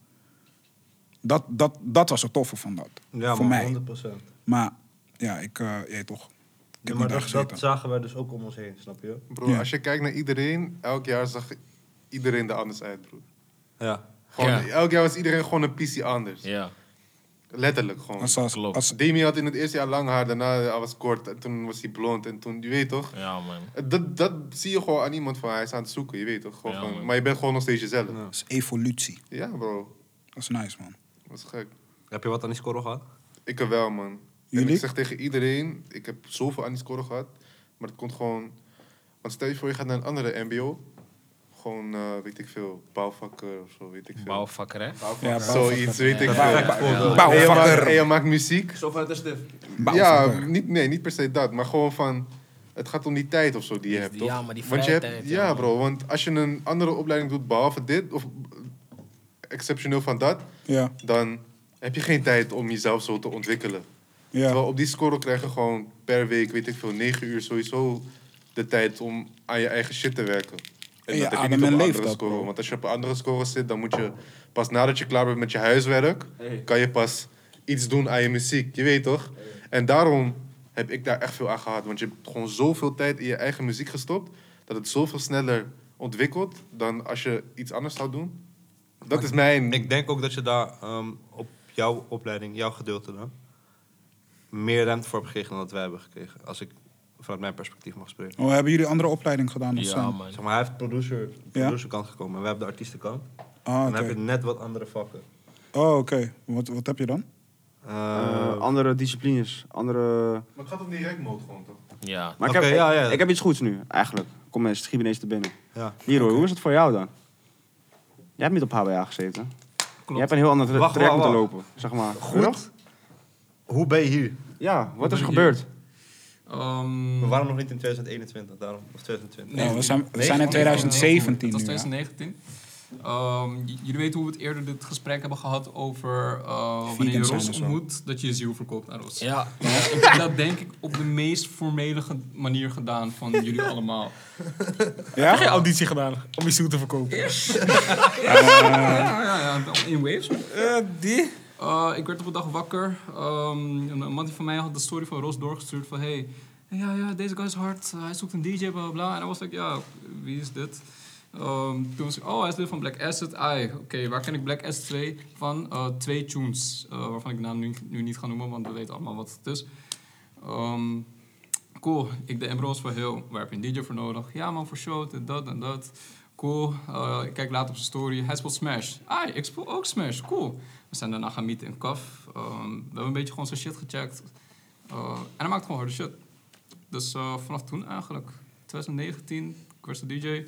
A: Dat, dat, dat was het toffe van dat.
B: Ja,
A: voor
B: man,
A: mij.
B: 100%.
A: Maar ja, ik, eh ja, toch. Ik
B: Ja,
A: heb
B: maar
A: niet daar
B: dat, dat
A: gezeten.
B: zagen wij dus ook om ons heen, snap je?
F: Broer,
A: Ja.
F: als je kijkt naar iedereen, elk jaar zag iedereen er anders uit, broer.
B: Ja.
F: Gewoon,
E: Ja.
F: Elk jaar was iedereen gewoon een PC anders.
E: Ja,
F: Letterlijk gewoon.
A: Als, als,
E: Klopt.
A: als-
F: Demi had in het eerste jaar lang haar, daarna hij was kort en toen was hij blond en toen, je weet toch?
E: ja man.
F: Dat, dat zie je gewoon aan iemand van hij is aan het zoeken, je weet toch? Gewoon
E: Ja,
F: van-
E: man.
F: maar je bent gewoon nog steeds jezelf. Ja,
B: Ja.
A: als evolutie.
F: bro,
A: Dat is nice, man.
F: dat is gek.
B: Heb je wat aan die score gehad?
F: Ik er wel, man. En
A: Jullie?
F: ik zeg tegen iedereen, ik heb zoveel aan die score gehad, maar het komt gewoon. Want stel je voor, je gaat naar een andere MBO, gewoon eh, weet ik veel, bouwvakker of zo, weet ik veel.
E: Bouwvakker, hè?
A: Ja,
F: Zoiets, weet ik veel.
B: Perfect voorbeeld.
F: En je, maakt,
A: Bouwvakker.
F: en je maakt muziek.
H: Zo vanuit de stift.
F: Ja,
A: Bouwvakker.
F: niet, nee, niet per se dat, maar gewoon van. Het gaat om die tijd of zo die je
E: Ja,
F: hebt, toch?
E: maar die
F: want je
E: vrije
F: hebt,
E: tijd,
F: Ja,
E: ja.
F: bro, want als je een andere opleiding doet behalve dit, of eh, exceptioneel van dat,
A: Ja,
F: dan heb je geen tijd om jezelf zo te ontwikkelen.
A: ja.
F: Terwijl op die score krijg je gewoon per week, weet ik veel, negen uur sowieso de tijd om aan je eigen shit te werken.
A: En je
F: dat heb je
A: adem
F: niet op
A: en
F: een
A: leef
F: andere
A: dat,
F: score.
A: bro.
F: Want als je op een andere score zit, dan moet je pas nadat je klaar bent met je huiswerk,
H: Hey.
F: kan je pas iets doen aan je muziek. Je weet toch? En daarom heb ik daar echt veel aan gehad. Want je hebt gewoon zoveel tijd in je eigen muziek gestopt, dat het zoveel sneller ontwikkelt dan als je iets anders zou doen. Dat is mijn...
B: Ik denk ook dat je daar ehm, op jouw opleiding, jouw gedeelte dan, meer ruimte voor heb gekregen dan dat wij hebben gekregen. Als ik vanuit mijn perspectief mag spreken.
A: Oh, hebben jullie andere opleiding gedaan of
E: Ja,
A: zo?
E: man.
B: Zeg maar, hij heeft producer, producer kant gekomen en wij hebben de artiestenkant.
A: Ah,
B: En
A: oké.
B: dan heb je net wat andere vakken.
A: Oh, oké. Wat, wat heb je dan?
B: Eh,
C: Eh, andere disciplines, andere...
F: Maar het gaat om die rankmode gewoon, toch?
E: Ja.
C: Maar
B: Oké,
C: ik, heb,
B: ja,
C: ik-
B: ja.
C: ik, heb iets goeds nu, eigenlijk. Kom mensen, schiet me ineens te binnen.
B: ja.
C: Leroy, hoe is het voor jou dan? Jij hebt niet op HBA gezeten. Je hebt een heel ander tra-
B: Wacht,
C: traject
B: wacht,
C: moeten
B: wacht.
C: lopen, zeg maar.
B: Goed. Hoe ben je hier?
C: Ja, wat is er
D: ben je hier?
C: gebeurd?
D: Ehm,
F: Hmm.
B: We waren nog niet in 2021, daarom. Of 2020.
A: Nou, we zijn, we
B: Nee,
A: zijn in
B: nee,
A: 2017
D: Het was
A: nu, ja.
D: 2019. Ehm, j- jullie weten hoe we het eerder dit gesprek hebben gehad over eh, wanneer je
A: Vegans zijn
D: Ros
A: en zo.
D: ontmoet, dat je je ziel verkoopt aan Ros.
E: Ja.
D: Ik heb dat denk ik op de meest formele ge- manier gedaan van jullie allemaal.
E: Heb je
A: Ja?
E: auditie gedaan om je ziel te verkopen?
D: Ja, ja, ja, in waves.
E: die?
D: Eh, ik werd op een dag wakker. Ehm een, een man van mij had de story van Ros doorgestuurd van hey, ja, ja, deze guy is hard. eh, hij zoekt een DJ, bla bla, bla. En dan was ik, ja, wie is dit? Ehm, toen was ik, oh, hij is lid van Black Asset. Ai, oké, waar ken ik Black Asset 2 van? Eh, twee tunes, eh, waarvan ik de naam nu, nu niet ga noemen, want we weten allemaal wat het is. Ehm, cool, ik de Ambrose van heel, waar heb je een DJ voor nodig? Ja man, voor show, dit, dat en dat. Cool, Eh, ik kijk later op zijn story. Hij speelt Smash. Ai, ik speel ook Smash, cool. We zijn daarna gaan meeten in Kaf. Ehm, we hebben een beetje gewoon zijn shit gecheckt. Eh, en hij maakt gewoon harde shit. Dus eh, vanaf toen eigenlijk, 2019, ik was de DJ. Toen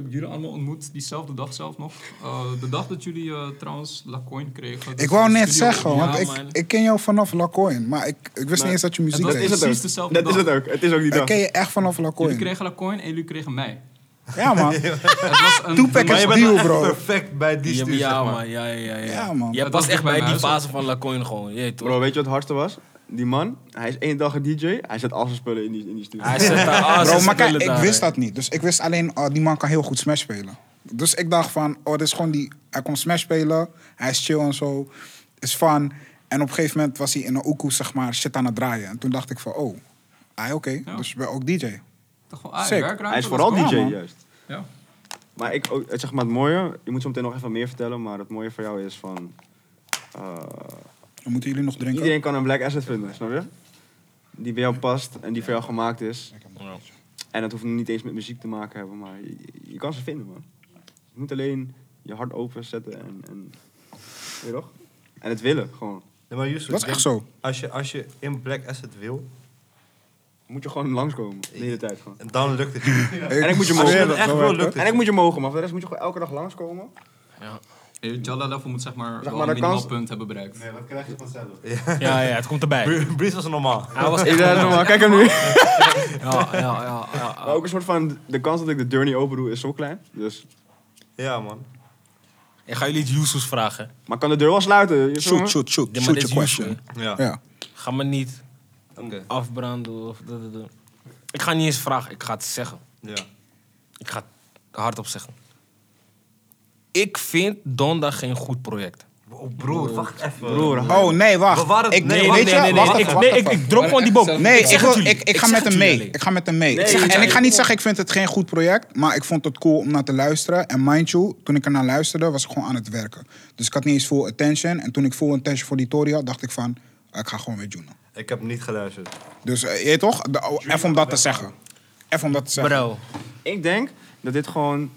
D: heb ik jullie allemaal ontmoet, diezelfde dag zelf nog. Eh, de dag dat jullie eh, trouwens Lacoin kregen. Dus
A: Ik wou
D: de
A: net
D: studio-
A: zeggen,
D: Ja,
A: want
D: man.
A: ik, ik ken jou vanaf Lacoin. Maar ik, ik wist niet eens dat je muziek
D: dat
A: deed.
D: is
A: Ik
D: het precies dezelfde
C: Dat
D: dag.
C: is het ook. Het is ook die dag.
A: ken je echt vanaf
D: Jullie
A: Lacoin.
D: kregen Lacoin en jullie kregen mij.
A: Ja, man.
D: Het was een
A: Tupac
B: Maar
A: is
B: je bent
A: deal,
B: echt
A: bro.
B: perfect bij die
E: Ja,
B: stuur, zeg maar.
E: man. Ja, ja, ja.
A: Ja, man.
E: Jij
D: Dat
E: past
D: was
E: echt
D: bij
E: bij
D: mijn
E: die
D: huis,
E: fase van Lacoin gewoon. Jeet, toch?
C: Bro, weet je wat het hardste was? Die man, hij is één dag een DJ, hij zet al zijn spullen in die, in die studio.
E: Hij zet daar ah,
A: Bro,
E: zijn
A: maar kijk,
E: spullen
A: ik
E: daar,
A: wist
E: hè.
A: dat niet. Dus ik wist alleen, oh, die man kan heel goed Smash spelen. Dus ik dacht van, oh, dit is gewoon die... Hij kon Smash spelen, hij is chill en zo, is fun. En op een gegeven moment was hij in een oekoe, zeg maar, shit aan het draaien. En toen dacht ik van, oh, ah, oké,
D: Ja.
A: dus ik ben ook DJ.
D: Toch wel, ah,
A: Sick.
D: werkruimte,
C: hij is
D: dat
C: vooral
D: cool.
C: DJ
A: man.
C: juist.
D: Ja.
C: Maar ik ook, het- zeg maar het mooie, je moet zo meteen nog even meer vertellen, maar het mooie voor jou is van... eh,
A: Dan moeten jullie nog drinken.
C: iedereen kan een black asset vinden, snap je? Die bij jou past en die voor jou gemaakt is. En dat hoeft niet eens met muziek te maken hebben, maar je, je kan ze vinden, man. Je moet alleen je hart openzetten en... en weet je toch? En het willen, gewoon.
B: Nee, maar Yusuf,
A: Dat is
B: ik
A: echt
B: denk,
A: zo.
B: Als je, als je in Black Asset wil,
C: Moet je gewoon langskomen, de hele tijd gewoon.
B: dan lukt het niet.
C: En ik moet je
B: Als je
C: mogen.
B: het echt wil, lukt
C: En
B: het.
C: ik moet je mogen, maar voor de rest moet je gewoon elke dag langskomen.
D: Eh, Jalla level moet zeg maar,
C: Zeg
D: wel
C: maar,
D: een
C: dat kan-
D: minimaal punt hebben bereikt.
F: Nee, dat krijg je vanzelf.
E: Ja, ja, het komt erbij.
B: Brie- Breeze was normaal.
E: Hij was echt...
C: Inderdaad, normaal. Kijk hem nu.
E: Ja, ja, ja. ja.
C: Maar ook een soort van, de kans dat ik de deur niet open doe is zo klein. Dus,
B: Ja, man.
E: Ik ga jullie iets Yusufs vragen.
C: maar ik kan de deur wel sluiten? je
A: Shoot,
C: jongen?
A: shoot, shoot.
E: Ja, maar
A: shoot
E: dit
A: your
E: is
A: question.
E: Yusuf,
B: Ja.
A: Ja.
E: Ga me niet
B: Oké.
E: afbranden of... dat, dat, dat. Ik ga niet eens vragen. Ik ga het zeggen.
B: Ja.
E: Ik ga het hardop zeggen. Ik vind Donda geen goed project.
B: Oh, broer, wacht even.
C: Broer, hou-
A: Oh, nee, wacht.
B: We waren-
A: ik,
B: nee,
A: nee,
B: wacht
A: weet je,
B: even,
E: nee,
A: wacht
E: nee, ik,
A: even,
E: nee,
A: wacht
E: ik,
A: even.
E: ik drop gewoon die boom.
A: Nee,
E: Ik
A: ik,
E: zeg
A: wil-
E: het jullie.
A: ik, ik ga
E: Ik zeg
A: met
E: het
A: hem
E: jullie
A: mee.
E: alleen.
A: Ik ga met hem mee.
C: Nee,
A: Ik zeg-
C: ik
A: en
C: zeg-
A: ik ga niet zeggen, ik vind het geen goed project. Maar ik vond het cool om naar te luisteren. En mind you, toen ik ernaar luisterde, was ik gewoon aan het werken. Dus ik had niet eens full attention. En toen ik full attention voor die Tory had, dacht ik van... "Oh, Ik ga gewoon weer Juno.
B: Ik heb niet geluisterd.
A: Dus eh, je weet toch? De- oh, even om dat te zeggen. Even om dat te zeggen.
E: Bro,
C: Ik denk dat dit gewoon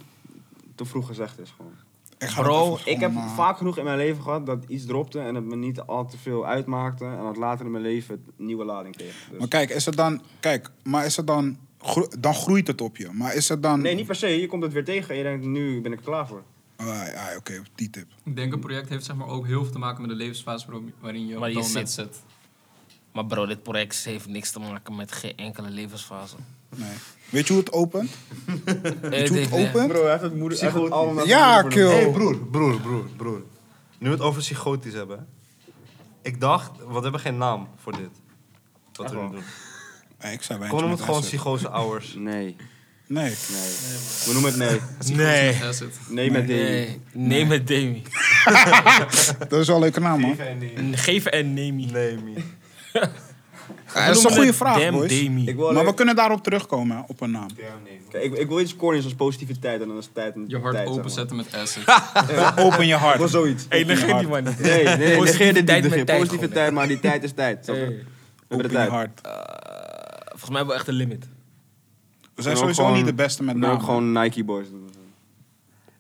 C: te vroeg gezegd is. Gewoon.
A: Ik ga
E: Bro,
A: dat even
C: Ik heb
A: gewoon, eh,
C: vaak genoeg in mijn leven gehad dat iets dropte en het me niet al te veel uitmaakte. En dat later in mijn leven het nieuwe lading kreeg. Dus-
A: Maar kijk, is het dan... Kijk, maar is het dan... gro- dan groeit het op je. Maar is het dan...
C: Nee, niet per se. Je komt het weer tegen en je denkt, nu ben ik er klaar voor.
A: Ah, ja, Oké, die tip.
D: Ik denk een project heeft zeg maar, ook heel veel te maken met de levensfase waarop- waarin je op
E: Waar je
D: dat moment
E: zit.
D: zit.
E: maar bro, dit project heeft niks te maken met geen enkele levensfase. Eh,
A: Nee. Weet je hoe het opent?
E: Het
A: Weet je hoe
E: heeft-
A: het opent?
C: Bro, hij heeft het moeder... Echt allemaal
A: Ja, kill.
B: Hé, hey, broer, broer, broer, broer. Nu we het over psychotisch hebben. hè. Ik dacht, want we hebben geen naam voor dit. Wat we nu doen.
A: Nee, ik zou wijntje
B: Gewoon om het
A: met
B: gewoon
A: acid.
B: psychose hours.
C: Nee,
A: Nee.
C: nee. We noemen het nee.
E: eh, Nee.
D: Daar zit.
C: Nee met nee.
E: Nee, neem het Demi.
A: Dat is wel een leuke naam, man.
E: Geven en Nemi.
B: Nee, me.
A: Ja, dat is een goede vraag,
E: Damn
A: boys.
E: Demi.
C: Ik wil
A: Maar we
C: alleen-
A: kunnen daarop terugkomen, hè, op een naam.
C: Kijk, ik, ik wil iets corners als positiviteit en dan is tijd en
D: Je hart
C: tijd, zeg maar.
D: openzetten met acid.
A: Open je
C: Ik wil
A: hart.
C: zoiets.
E: Hey, negeer die man niet.
C: Nee, nee, nee, negeer dit
E: Positiviteit
C: niet.
E: met
C: negeer-
E: tijd
C: Positiviteit, maar die tijd is tijd. snap je?
E: Hey.
C: hebben de
A: Open je
C: tijd.
A: hart.
E: volgens mij wel echt een limit.
A: We zijn
C: ook
A: sowieso
C: gewoon-
A: niet de beste met
C: En ook
A: namen.
C: gewoon Nike boys doen.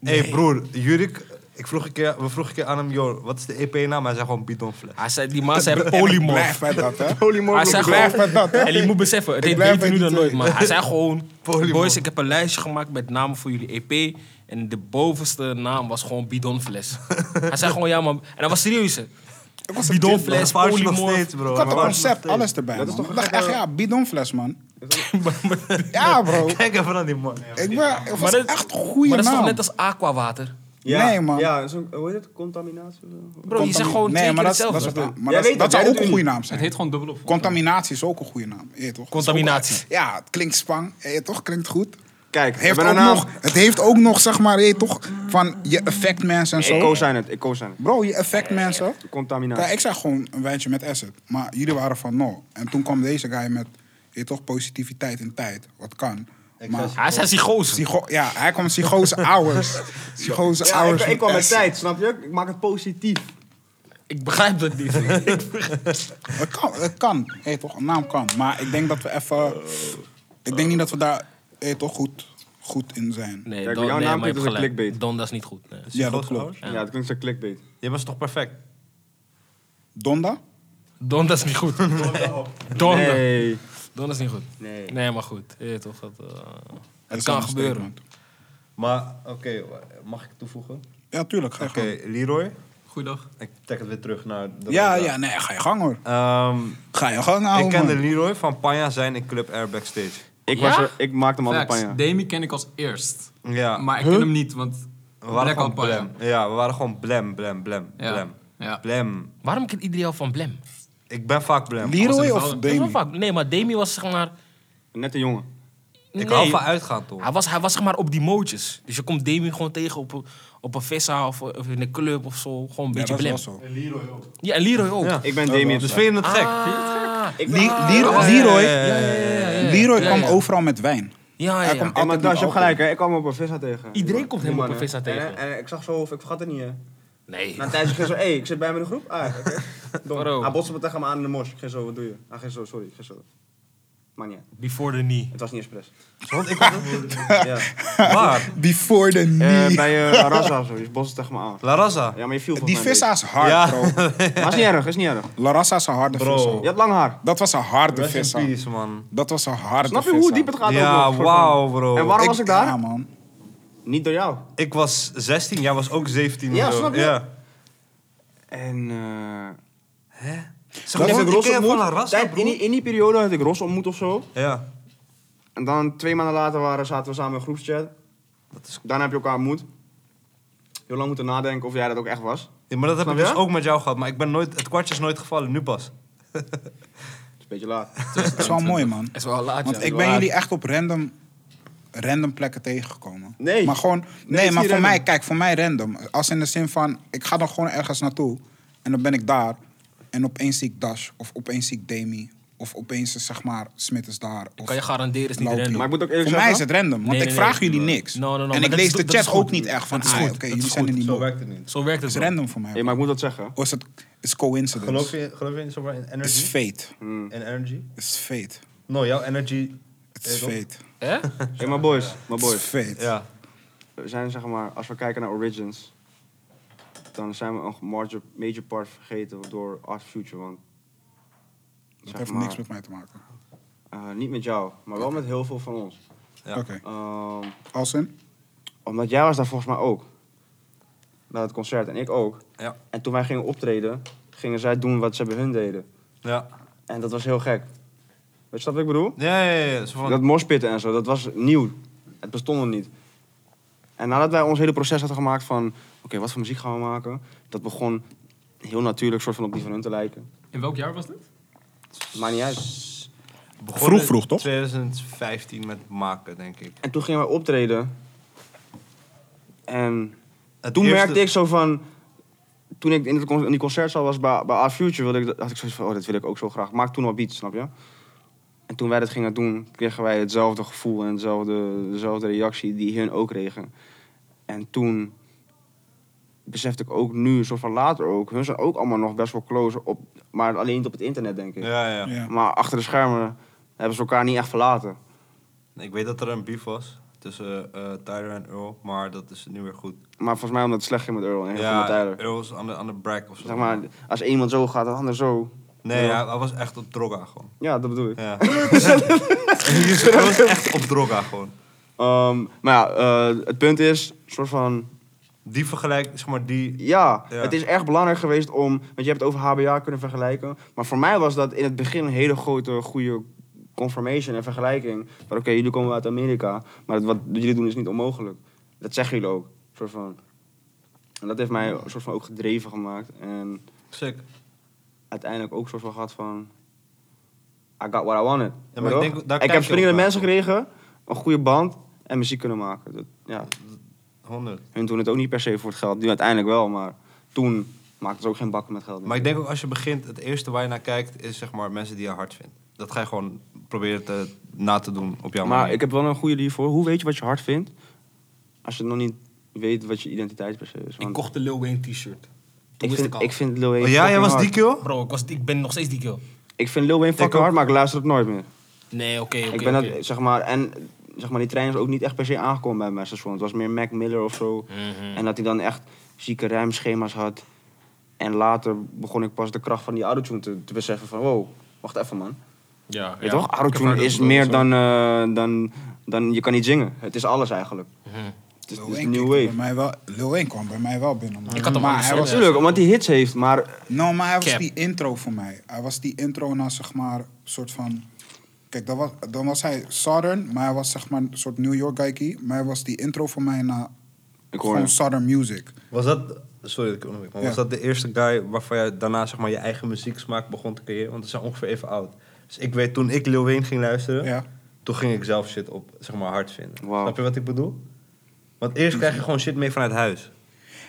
B: Hé hey, broer, Jurik, ik vroeg een keer, we vroegen een keer aan hem, joh, wat is de EP-naam? Hij zei gewoon bidonfles.
E: Hij zei, Ah, die man zei
A: Blijf
E: polymorf.
A: bij dat, hè.
E: Hij zei
A: Blijf bij
E: gewoon,
A: dat, hè.
E: en je moet beseffen, het
A: Ik
E: heet
A: blijf
E: beter
A: bij die
E: nu dan
A: twee.
E: nooit, maar hij zei gewoon,
B: Polymorf.
E: boys, ik heb een lijstje gemaakt met namen voor jullie EP en de bovenste naam was gewoon bidonfles. hij zei gewoon, ja man, en dat was serieus. hè.
A: Ik was een kind,
E: Bidonfles,
B: Ik was nog
E: polymorf.
B: steeds, bro.
A: Ik had
B: Maar
A: het
B: waar-
A: concept, alles erbij.
C: Dat is
A: man.
C: toch
A: Ik dacht echt,
C: een-
A: ja, bidonfles, man. ja, bro.
B: Kijk even naar die man. hè.
A: Ik ben, het was
E: dat-
A: echt een goede
E: Maar dat is
A: naam.
E: toch net als aquawater?
A: Nee, man.
C: Ja, zo, hoe heet het? Contaminatie? of zo?
E: Bro, je
A: Contamin-
E: zegt gewoon
A: nee,
E: twee
A: maar
E: keer
A: dat, is- dat, is
E: hetzelfde.
A: wat- maar
C: Jij
A: dat, is-
C: weet
A: dat
C: het,
A: zou
C: jij
A: ook
C: doet
A: een
C: het
A: goede naam
D: Het
A: zijn.
D: heet gewoon dubbelop.
A: Contaminatie is ook een goede naam. Je weet toch?
E: Contaminatie.
A: Is ook- Ja, het klinkt spang. Je weet toch? Klinkt goed.
C: Kijk,
A: Het
C: we
A: heeft,
C: hebben
A: ook
C: een naam.
A: nog, het heeft ook nog, zeg maar, je weet toch? Van je affect mensen en
C: Ik
A: zo.
C: co-sign het, ik co-sign het.
A: Bro, je affect mensen. Ja,
C: Contaminatie.
A: ik zag gewoon een wijntje met acid. Maar jullie waren van no. En toen kwam deze guy met, je weet toch, positiviteit in tijd. Wat kan. Maar,
E: Hij zei psychose.
A: Psycho- ja, hij kwam psychose hours. Psychose
C: Ja, ik,
A: hours.
C: ik
A: met
C: kwam met
A: acid.
C: tijd, snap je? Ik maak het positief.
E: Ik begrijp dat niet.
A: Het kan, het kan. Hey, toch, een naam kan. Maar ik denk dat we even... Ik denk niet dat we daar hey, toch goed, goed in zijn.
E: Nee,
C: Kijk,
E: Don,
C: jouw
E: nee,
C: naam
E: maar je
C: klinkt als een
E: hebt gelijk.
C: clickbait.
E: Don, dat is niet goed. nee.
A: Ja, dat
B: Psychose
A: klopt.
B: hours?
E: Ja.
C: Ja, het klinkt als een clickbait.
B: Je was toch perfect?
A: Donda?
E: Don, dat is niet goed. Don,
C: Nee.
E: Don is niet goed.
C: Nee.
E: Nee, maar goed. Je weet toch, dat, eh,
A: Dat
E: het
A: is
E: kan
A: een
E: gebeuren.
A: statement.
B: Maar, oké, mag ik toevoegen?
A: Ja, tuurlijk. Ga
B: Oké,
A: je gang.
B: Leroy,
D: Goeiedag.
B: ik trek het weer terug naar... De
A: Ja,
B: ronde.
A: ja, nee, ga je gang hoor.
B: Ehm,
A: Ga je gang houden,
B: ik kende
A: man.
B: Leroy van Panja zijn in Club Air Backstage.
C: Ik,
E: Ja?
C: was er, ik maakte hem altijd
D: Facts.
C: panja.
D: Demi ken ik als eerst.
B: Ja,
D: Maar ik ken hem niet, want...
B: we waren
D: Black
B: gewoon
D: Alpaca.
B: blem. Ja, we waren gewoon blem, blem, blem,
D: Ja.
B: blem.
D: ja.
B: Blem.
E: Waarom kent iedereen jou van Blem?
B: Ik ben vaak blem.
A: Leroy
D: Als
A: of
D: een
E: Dat is wel
A: Demi?
E: vaak. Nee, maar Demi was zeg maar...
C: Net een jongen.
E: Nee,
B: Ik hou van uitgaan, toch?
E: hij was, hij was zeg maar op die mootjes. Dus je komt Demi gewoon tegen op een, op een vissa of, of in een club of zo. Gewoon een
A: Ja,
E: beetje
A: dat is wel
E: Blem.
A: zo.
E: Ja, en Leroy ook.
B: Ja.
A: Oh,
C: Ik ben Damien.
B: Dus vind je het gek?
E: Ah,
A: Le- Leroy, Leroy, Leroy kwam overal met wijn.
E: ja, ja,
A: Hij
E: ja.
A: komt
C: Hey, maar
A: altijd
C: Das, je
A: met
C: hebt gelijk, hè? Ik kwam op een vissa tegen.
E: Iedereen komt
C: Die
E: hem
C: man,
E: op een
C: hè.
E: vissa tegen.
C: En, en ik zag zo, of ik vergat het niet, hè?
E: Nee.
C: Na een tijdje ging zo, hé, ik zit bij hem in de groep. Ah, oké. Dom.
E: Bro.
C: Hij botste me tegen me aan in de mos. Ik ging zo, wat doe je? Hij ging zo, sorry, ik ging zo. Maar niet, uit.
E: Before the knee.
C: het was niet expres.
B: Want ik was
C: ja.
B: waar.
A: Before the knee.
C: Eh, bij eh Raza of zo, je botste tegen me aan.
B: La Raza.
C: Ja, maar je viel volgens
A: die
C: mij een
A: vissa is hard,
B: Ja.
A: bro.
C: beetje. Maar is niet erg, is niet erg.
A: Larassa is een harde
B: Bro.
A: vissa.
C: Je had lang haar.
A: Dat was een harde
B: Rest in
A: vissa.
B: peace, man.
A: Dat was een harde
C: Snap je
A: vissa.
C: hoe diep het gaat ook
B: Ja,
C: nog, soort
B: wauw,
C: En
B: bro.
C: waarom was ik daar?
A: Ja, man.
C: van? Niet door jou.
B: Ik was 16, jij was ook 17.
C: Ja,
B: bro.
C: snap je?
B: Ja.
C: En... eh
B: Zeg, maar,
C: had
B: ik
C: ik Ros
B: ken van La
C: ontmoet.
B: Raza,
C: Tijd- In
B: bro.
C: die, in die periode had ik Ros ontmoet of zo.
B: Ja.
C: En dan twee maanden later waren, zaten we samen in een groepschat.
B: Dat is-
C: Daarna heb je elkaar ontmoet. Heel lang moeten nadenken of jij dat ook echt was.
B: Ja, maar dat heb
C: Snap
B: ik dus
C: je?
B: ook met jou gehad. Maar ik ben nooit, het kwartje is nooit gevallen, nu pas.
C: Het is een beetje laat.
A: Dat is wel mooi, man.
E: is wel laat,
A: Want ik ben jullie echt op random, random plekken tegengekomen.
C: Nee.
A: Maar gewoon, nee,
C: het is
A: maar
C: niet
A: voor mij,
C: random.
A: kijk, voor mij random. Als in de zin van, ik ga dan gewoon ergens naartoe. En dan ben ik daar. En opeens zie ik Dash. Of opeens zie ik Demi. Of opeens is, zeg maar, Smit is daar. Of
E: Kan je garanderen, is niet
A: Laukie.
E: random.
C: Maar ik moet ook
A: Voor
C: eerlijk
A: mij
C: zeggen...
A: is het random, want
E: Nee,
A: ik
E: nee,
A: vraag
E: nee.
A: jullie niks.
E: No, no, no, maar
A: en
E: dat
A: ik
E: is
A: lees
E: goed,
A: de
E: dat is
A: chat
E: goed.
A: ook niet echt van,
E: Dat is
A: ah,
E: goed,
A: oké,
E: dat
A: jullie
E: is
A: zijn er
E: goed.
A: niet
B: Zo
A: meer.
B: werkt het niet.
E: Zo
A: Het
E: werkt het
A: is
E: wel.
A: random voor mij.
C: Hey, maar ik moet dat zeggen.
A: Of is het is coincidence?
B: Geloof je, geloof je in, zomaar in
A: Het is
B: energy?
A: fate.
B: In energy?
A: Het is fate.
B: No, jouw energy...
A: Het is
B: Hey, toch?
A: fate.
C: Oh,
E: Hè?
C: Hey, maar boys, maar
A: Het is
C: boys.
A: fate.
B: Ja.
C: We zijn zeg maar, als we kijken naar Origins... dan zijn we een major, major part vergeten door Art Future. Want,
A: Dat
C: zeg
A: heeft
C: maar,
A: niks met mij te maken.
C: eh, niet met jou, maar wel met heel veel van ons.
B: Ja.
A: Oké.
C: Ehm,
A: Als in?
C: omdat jij was daar volgens mij ook. Na het concert en ik ook.
B: Ja.
C: En toen wij gingen optreden, gingen zij doen wat ze bij hun deden.
B: Ja.
C: En dat was heel gek. Weet je wat ik bedoel?
B: Ja, ja, ja. ja, zo van-
C: Dat morspitten en zo, dat was nieuw. Het bestond nog niet. En nadat wij ons hele proces hadden gemaakt van... Oké, wat voor muziek gaan we maken? Dat begon heel natuurlijk soort van op die van hun te lijken.
D: In welk jaar was dit?
C: Maakt niet uit.
B: begonnen
A: Vroeg, vroeg, toch?
B: 2015 met maken, denk ik.
C: En toen gingen wij optreden. En
B: Het
C: toen
B: eerste-
C: merkte ik zo van... Toen ik in, het con- in die concertzaal was bij, bij Art Future, wilde ik, dat- had ik zoiets van... Oh, dat wil ik ook zo graag. Maak toen al beats, snap je? En toen wij dat gingen doen, kregen wij hetzelfde gevoel en hetzelfde, dezelfde reactie die hun ook kregen. En toen besefte ik ook nu, een soort van later ook, hun zijn ook allemaal nog best wel close, op, maar alleen niet op het internet, denk ik.
B: Ja, ja.
A: Ja.
C: Maar achter de schermen hebben ze elkaar niet echt verlaten.
B: Ik weet dat er een beef was tussen eh Tyler en Earl, maar dat is nu weer goed.
C: Maar volgens mij omdat het slecht ging met Earl en ja, met Tyler.
B: Earl is aan de, aan de break of zo.
C: Zeg maar, als iemand zo gaat, de ander zo.
B: nee,
C: Ja.
B: hij, hij was echt op droga gewoon.
C: Ja, dat bedoel ik.
B: Ja. Earl is echt op droga gewoon.
C: Ehm, maar ja, eh, het punt is, soort van,
B: Die vergelijking, zeg maar, die...
C: ja,
B: Ja.
C: het is echt belangrijk geweest om, want je hebt het over HBA kunnen vergelijken, maar voor mij was dat in het begin een hele grote, goede confirmation en vergelijking. Van oké, jullie komen uit Amerika, maar wat jullie doen is niet onmogelijk. Dat zeggen jullie ook, soort van. En dat heeft mij een soort van ook gedreven gemaakt en
B: Sick.
C: uiteindelijk ook soort van gehad van, I got what I wanted.
B: Ja, maar
C: Weet
B: ik
C: je
B: denk-
C: wel?
B: daar
C: ik
B: kijk je
C: heb springende
B: ook naar.
C: mensen gekregen, een goede band en muziek kunnen maken. Dat, ja.
B: 100.
C: Hun doen het ook niet per se voor het geld. Nu uiteindelijk wel, maar toen maakten ze ook geen bakken met geld.
B: Maar ik denk ook als je begint, het eerste waar je naar kijkt is zeg maar mensen die je hard vindt. Dat ga je gewoon proberen te, na te doen op jouw
C: maar
B: manier.
C: ik heb wel een goede idee voor. Hoe weet je wat je hard vindt? Als je nog niet weet wat je identiteit per se is.
E: Ik
C: Want
E: kocht de Lil Wayne t-shirt. Toen
C: ik
E: wist ik
C: vind,
E: al.
C: ik vind Lil Wayne
B: Oh ja, jij
C: fucking
B: was die
C: hard.
B: kill?
E: Bro, ik, was, ik ben nog steeds die kill.
C: Ik vind Lil Wayne fucking
B: ook.
C: hard, maar ik luister het nooit meer.
E: Nee, oké, oké.
C: ik ben
E: oké.
C: dat, zeg maar, en zeg maar, die trein is ook niet echt per se aangekomen bij mijn station. Het was meer Mac Miller of zo.
E: Mhm.
C: En dat hij dan echt zieke ruimschema's had. En later begon ik pas de kracht van die autotune te, te beseffen van, wow, wacht even man.
E: Ja,
C: Weet
E: ja.
C: je toch? Autotune is meer dan, eh, dan, dan... Je kan niet zingen. Het is alles eigenlijk.
E: Mhm.
C: Het is, het
A: Lil
C: is
A: Wayne
C: een new
A: kwam
C: wave.
A: bij mij wel- Lil Wayne kwam bij mij wel binnen. man.
E: Ik had hem
A: maar
E: anders
A: hij was,
E: verwacht.
C: Natuurlijk, omdat hij hits heeft, maar...
A: No, maar hij was
E: Cap.
A: die intro voor mij. Hij was die intro naar zeg maar soort van. Kijk, dan was, dan was hij Southern, maar hij was zeg maar een soort New York guy. Maar hij was die intro voor mij naar
C: Ik hoor
A: gewoon
C: hem.
A: Southern music.
B: Was dat, sorry dat ik onderbreek, maar was
A: Ja.
B: dat de eerste guy waarvan jij daarna zeg maar je eigen muzieksmaak begon te creëren? Want we zijn ongeveer even oud. Dus ik weet, toen ik Lil Wayne ging luisteren,
A: Ja.
B: toen ging ik zelf shit op, zeg maar, hard vinden.
C: Wauw.
B: Snap je wat ik bedoel? Want eerst krijg je gewoon shit mee vanuit huis.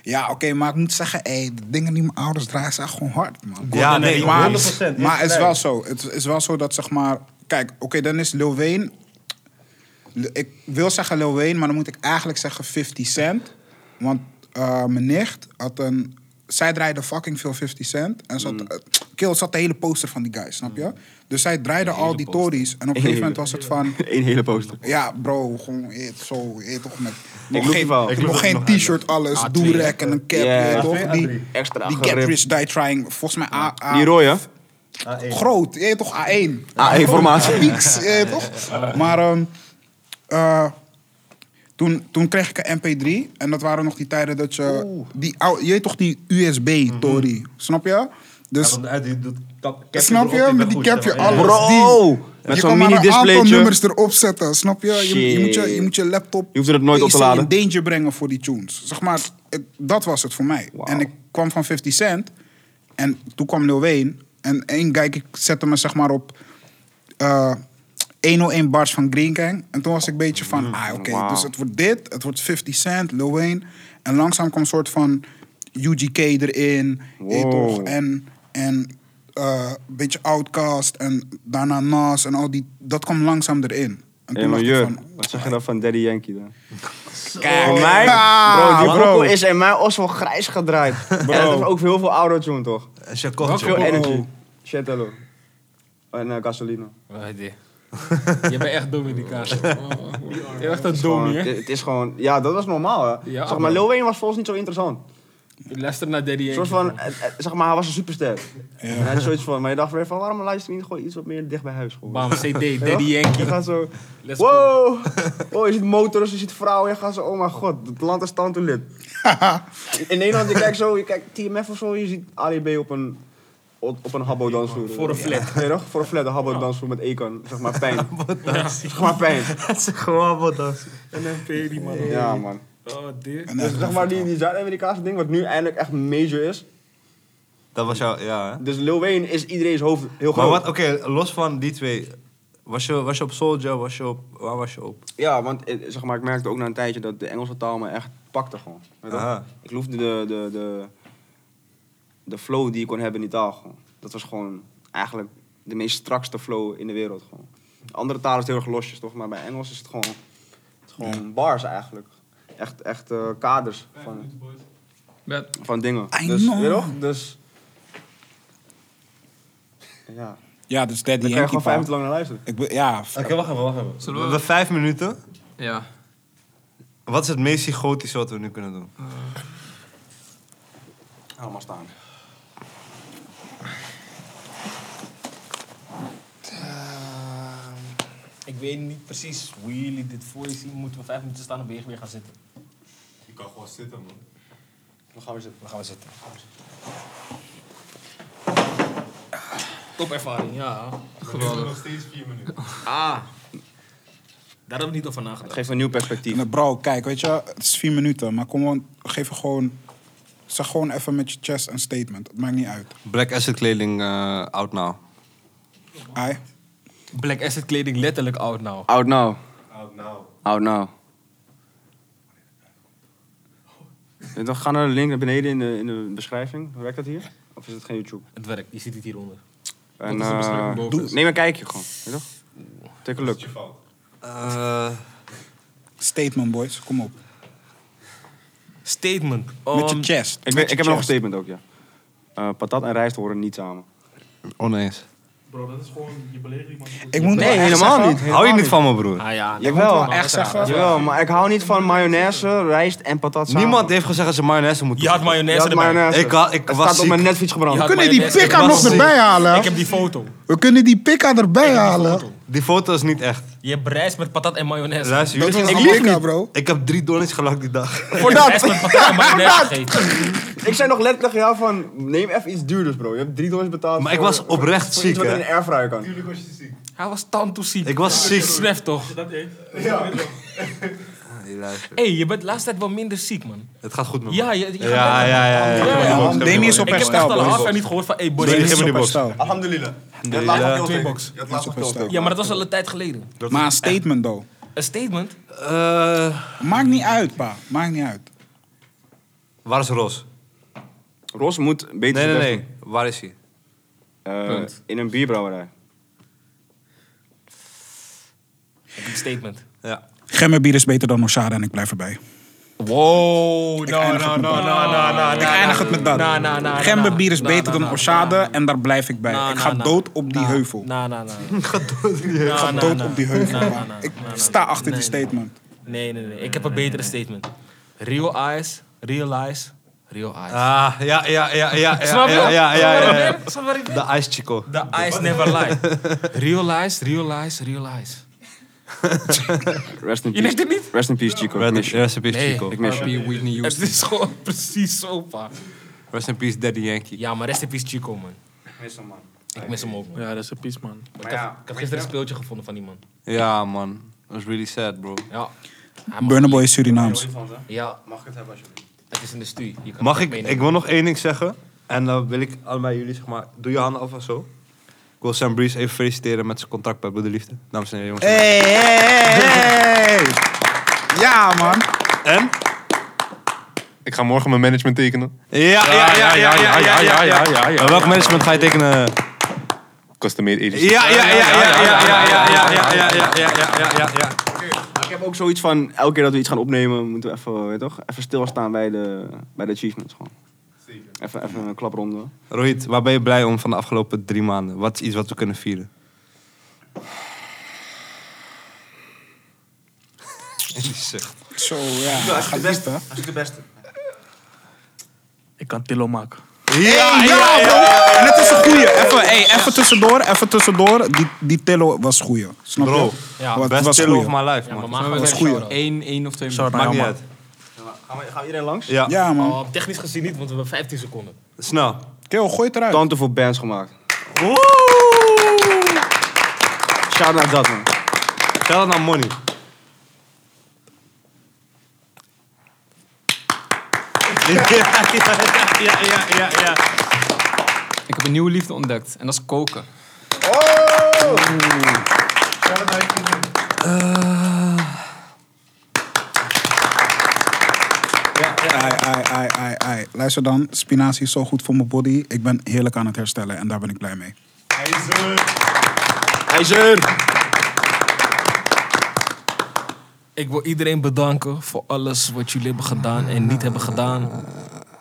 A: Ja, oké, maar ik moet zeggen, ey, de dingen die mijn ouders dragen zijn gewoon hard, man.
B: Ja, nee,
A: maar,
B: 100%,
A: Maar het is
B: gelijk.
A: wel zo. Het is wel zo dat zeg maar. Kijk, oké, dan is Lil Wayne. L- Ik wil zeggen Lil Wayne, maar dan moet ik eigenlijk zeggen 50 Cent. Want eh, mijn nicht had een. Zij draaide fucking veel 50 Cent. En zat,
B: Mm.
A: Kill zat de hele poster van die guy, snap je? Dus zij draaide al die Tories. En op een gegeven moment was het van.
C: Eén hele poster.
A: Ja, bro, gewoon eh, zo, eh, toch met...
C: loop
A: Nog geen,
C: je wel.
B: Ik loop
A: nog
B: het
A: geen
B: nog aan,
A: t-shirt, alles,
E: A2.
A: do-rek en een cap,
C: Ja.
A: eh,
B: A2,
A: toch? Die,
B: A3.
C: Extra
A: die Get
C: geript.
A: Rich Die Trying, volgens mij A, A-
C: Die rode?
A: groot, eh, toch A1.
C: A1-formatie.
A: Pieks, eh, toch? Maar ehm, eh, toen, toen kreeg ik een mp3 en dat waren nog die tijden dat je... Die, ou- je weet toch die USB-tory, snap je? Dus...
B: Mhm. Ja, want uit die- dat kap- capje
A: Snap
B: erop,
A: je?
B: ik ben
A: Met die
B: goed,
A: capje
B: zeg maar. Ja.
A: alles.
C: Bro!
A: Die-
C: Met
A: je
C: zo'n
A: kan maar een aantal
C: mini-displaytje.
A: nummers erop zetten, snap je? Je, moet- je moet, je, je moet je laptop...
C: Je hoeft er het nooit op te
A: PC
C: laden.
A: in danger brengen voor die tunes. Zeg maar, het- dat was het voor mij.
C: Wauw.
A: En ik kwam van 50 Cent. En toen kwam Lil Wayne. En één guy, ik zette me zeg maar op... eh, 101 bars van Green Gang. En toen was ik een beetje van... Ah, oké,
C: Mm, wauw.
A: dus het wordt dit. Het wordt 50 Cent, Lil Wayne. En langzaam kwam een soort van... UGK erin. eh,
C: Wow.
A: toch? En, en eh, een beetje Outcast en daarna Nas en al die... Dat kwam langzaam erin. En
C: Hé, maar
A: dacht ik
C: Jur,
A: van,
C: wat zeg je dan van Daddy Yankee dan?
A: Kijk,
C: Voor mij, bro, die
A: bro.
C: bro. is in mij os wel grijs gedraaid. En dat heeft ook heel veel autotune, toch?
B: En shit, kocht
E: Wat
B: je
C: Veel
B: op.
A: Wow.
C: energy. Chatello. En eh, Gasolino.
E: Wacht, dit. Je bent echt Dominicaans.
D: Oh,
H: Je bent echt een
C: Gewoon,
H: domie,
C: het,
H: hè?
C: het is gewoon, ja, dat was normaal. Hè.
H: Ja,
C: zeg maar,
H: man.
C: Lil Wayne was volgens niet zo interessant.
H: Ik luister naar Daddy
C: Een
H: Yankee.
C: soort van, eh, eh, zeg maar, hij was een superster. En hij had zoiets van, maar je dacht weer van, waarom luister je niet gewoon iets wat meer dicht bij huis? Gewoon.
H: Bam, CD,
C: Ja,
H: Daddy
C: Je
H: Yankee.
C: gaat zo,
H: Let's go.
C: wow, oh, je ziet motors, je ziet vrouwen, je gaat zo, oh mijn god, het land is tante lid. In Nederland, je kijkt zo, je kijkt TMF of zo, je ziet Ali B op een, op, op een habbo dansvloer.
H: Voor een flat.
C: Nee, toch? Voor een flat, een habbo dansvloer met Ekan, zeg maar, pijn. Zeg maar, pijn.
B: Het is gewoon wat dan.
H: NMP, die man.
C: Ja, man.
H: Oh, dit.
A: en
C: Dus
A: echt
C: zeg maar, die, die Zuid-Amerikaanse ding, wat nu eindelijk echt major is.
B: Dat was jouw, ja hè?
C: Dus Lil Wayne is iedereen's hoofd heel groot.
B: Maar wat, oké, los van die twee. Was je, was je op Soldier, was je op, waar was je op?
C: Ja, want eh, zeg maar, ik merkte ook na een tijdje dat de Engelse taal me echt pakte gewoon. Weet je wel?
B: Aha.
C: Ik loefde de, de, de, de flow die ik kon hebben in die taal gewoon. Dat was gewoon eigenlijk de meest strakste flow in de wereld gewoon. Andere talen is het heel erg losjes toch, maar bij Engels is het gewoon, het is gewoon bars eigenlijk. Echt, echt eh, kaders. Van,
D: Bet.
C: van dingen.
A: I
C: dus,
A: know.
C: Weet je toch? Dus... Ja.
I: Ja, dus Daddy
C: Dan kan je
I: Yankee
C: gewoon vijf
I: pa.
C: minuten lang naar luisteren.
I: Ik be- ja, f-
B: Oké, wacht even, wacht even.
D: Zullen
B: we
D: we-
B: hebben vijf minuten.
D: Ja.
B: Wat is het meest psychotische wat we nu kunnen doen?
C: Allemaal staan.
E: Ehm, Ik weet niet precies hoe jullie dit voor je zien. Moeten we vijf minuten staan en weer, weer gaan zitten?
F: Je kan gewoon zitten, man.
E: Dan gaan we zitten. Dan gaan we zitten. Topervaring, ja.
D: Geweldig.
F: nog steeds vier minuten.
E: Ah. Daar hebben we niet over nagedacht.
C: Geef een nieuw perspectief.
A: En bro, kijk, weet je, het is vier minuten, maar kom gewoon, geef er gewoon, zeg gewoon even met je chest een statement. Het maakt niet uit.
B: Black Asset kleding eh, out now.
A: Ai,
H: Black Asset kleding letterlijk oud nou.
C: Out now.
F: Out now.
C: Out
B: nou.
C: now. En dan ga naar de link naar beneden in de, in de beschrijving. Hoe werkt dat hier? Of is het geen YouTube?
E: Het werkt, je ziet het hieronder.
C: En,
H: is de beschrijving
C: eh,
H: boven?
C: doe- neem een kijkje gewoon. Weet je toch? Take a look.
F: fout.
B: Eh,
A: statement boys, kom op.
E: Statement.
A: Met
E: Ehm,
A: je chest.
C: Ik, ben,
A: met je
C: ik heb nog een
A: chest.
C: statement ook, ja. Eh, patat en rijst horen niet samen.
B: oneens.
H: Bro, dat is gewoon je belediging. man.
A: Ik moet
C: Nee,
A: wel echt
C: helemaal
A: zeggen-
C: niet.
B: Hou je niet van me, broer?
E: Ah ja.
C: Jawel,
A: wel echt zeggen.
C: jawel, maar ik hou niet van mayonaise, rijst en patat samen.
B: Niemand heeft gezegd dat ze mayonaise moeten
E: Je had
B: toevoegen.
E: mayonaise erbij.
C: mayonaise.
B: Ik had- ik
C: het
B: was
C: staat op
B: ziek.
C: mijn netfiets gebrand.
E: Je had
A: We kunnen die
E: mayonaise
B: pik
A: pika
E: erbij.
B: was
A: nog erbij halen.
E: Ik heb die foto.
A: We kunnen die pika erbij halen.
B: Die foto is niet echt.
E: Je hebt rijst met patat en mayonaise.
B: Luister,
A: Dat
B: jullie
A: was
B: gingen
A: een
B: allemaal-
A: pika, bro.
B: Ik heb drie donuts gelakt die dag.
E: Voor dat. Rijst met patat en mayonaise gegeten.
C: Ik zei nog letterlijk tegen jou van, neem even iets duurders bro. Je hebt drie dollars betaald
B: Maar ik
C: voor-
B: was
C: voor-
B: oprecht
C: voor
B: ziek,
C: iets wat
B: hè.
C: in een airfryer kan.
F: Tuurlijk was je ziek.
E: Hij was tantoeziek.
B: Ik was ziek.
E: Snef toch.
B: Hey, luister.
E: Hé, hey, je bent de laatste tijd wel minder ziek, man.
B: Het gaat goed met me.
E: Ja, je, je gaat
B: ja,
E: wel-
B: ja, ja, ja.
E: Ja,
B: Geef me die
E: ja.
B: box, geef me die
A: Demi is
B: box.
A: op
E: Ik heb echt
A: herstel,
E: al een half
A: bro.
E: jaar niet gehoord van... Hé, hey,
A: Demi
E: Boris.
B: Geef
A: is
B: me die
A: op
B: box.
A: herstel.
C: Alhamdulillah. Je hebt
B: Ja.
C: laatst nog
E: Twee
C: heel
E: box.
C: Je hebt laatst
A: Mensen
C: nog heel
A: verstaan.
E: Ja, maar dat was al een tijd geleden.
A: Maar een statement, though.
E: Een statement?
B: Eh,
A: Maakt niet uit, pa. Maakt niet uit.
B: Waar is Ros?
C: Ros moet beter
B: Nee, nee,
C: zijn best
B: nee. Waar is hij?
C: doen. Eh, in een bierbrouwerij.
E: Een statement.
B: Ja.
A: Gemmerbier is beter dan Oshada en ik blijf erbij.
E: Wow,
A: Ik eindig het met dat. Ik eindig het met dat.
E: Na, na, na, na,
A: Gemberbier is
E: na,
A: beter
E: na,
A: dan
E: na,
A: Oshade en daar blijf ik
E: Nou,
A: bij. Ik ga dood op die heuvel.
E: Na, na, na. Ik ga
A: Ik
E: nou,
A: ga dood op die heuvel,
E: na,
A: man.
E: na,
A: Ik
E: na, na,
A: sta
E: na.
A: achter die
E: nou, Nee, nee.
A: statement.
E: Nee, nee, nee. Ik heb een betere statement. Real eyes, real eyes, real eyes.
B: Ah, ja, ja, ja, ja. ja,
E: Snap je?
B: Ja, ja, ja. ja, ja.
E: Snap waar ik ben?
B: De Ice Chico.
E: The eyes never lie. Real eyes, real eyes, real eyes.
C: Rest in
E: Je
C: peace.
E: neemt het niet?
C: Rest in peace, Chico. Ik mis je.
B: Rest in peace,
E: Nee.
B: Chico.
C: Ik mis je.
H: Be Whitney
E: Het
H: Houston.
E: is gewoon precies zo, pa.
B: Rest in peace, Daddy Yankee.
E: Ja, maar rest in peace Chico, man.
C: mis hem, man.
E: Ik mis hem ook, man.
G: Ja, dat is een piece, man.
E: Ik had, ik had gisteren een speeltje gevonden van die man.
B: Ja, man. Dat is really sad, bro.
E: Ja. Hij mag-
A: Burner Boy is Surinaams.
E: Ja,
C: Mag ik het hebben alsjeblieft?
E: het is in de studie. Je kan
B: Mag
E: het
B: ik,
E: meenemen.
B: ik wil nog één ding zeggen. En dan wil ik allebei jullie, zeg maar, doe je handen af en zo. Ik wil Sam Breeze even feliciteren met zijn contract bij Broederliefde. Dames en heren, jongens.
A: Hey, hey, hey, hey. Ja, man.
B: En?
F: Ik ga morgen mijn management tekenen.
B: Ja, ja, ja, ja, ja, ja, ja, ja. En welk management ga je tekenen?
F: Custom-made edition.
B: Ja, ja, ja, ja, ja, ja, ja, ja, ja, ja, ja, ja, ja, ja, ja.
C: Ik heb ook zoiets van, elke keer dat we iets gaan opnemen, moeten we even, weet je toch, even stilstaan bij de, bij de achievements gewoon. Even, even een klapronde.
B: Rohit, waar ben je blij om van de afgelopen drie maanden? Wat is iets wat we kunnen vieren? Die zucht.
A: Zo, ja. Hij gaat diep, hè?
C: is de beste.
G: Ik kan Tillo maken.
B: Ja, ja,
A: Ja, bro. En het is een goeie. Even, hey, even tussendoor, even tussendoor. Die, die Tillo was goeie. Snap
B: Bro,
A: je?
E: Ja,
A: Wat-
B: best
A: was
B: chill
A: goeie.
B: of my life,
E: Ja, maar
B: man.
E: maak
A: Dat
E: wel
A: is
E: een
A: goed,
E: shout-out.
H: Eén, één of twee
G: Shout
H: minuten.
G: out
B: Maakt
G: naar
B: niet uit.
G: jou, man.
C: Gaan we, gaan we iedereen langs?
B: Ja,
A: Ja, man.
E: Oh, technisch gezien niet, want we hebben 15 seconden.
B: snel.
A: Keel, gooi het eruit.
C: Tante voor bands gemaakt. Shout out dat man.
B: Shout out naar Money. Ja, ja, ja, ja, ja, ja.
D: Ik heb een nieuwe liefde ontdekt. En dat is koken.
A: Ai, ai, ai, ai, ai. Luister dan, spinazie is zo goed voor mijn body. Ik ben heerlijk aan het herstellen en daar ben ik blij mee.
C: IJzer!
E: Ik wil iedereen bedanken voor alles wat jullie hebben gedaan en niet hebben gedaan.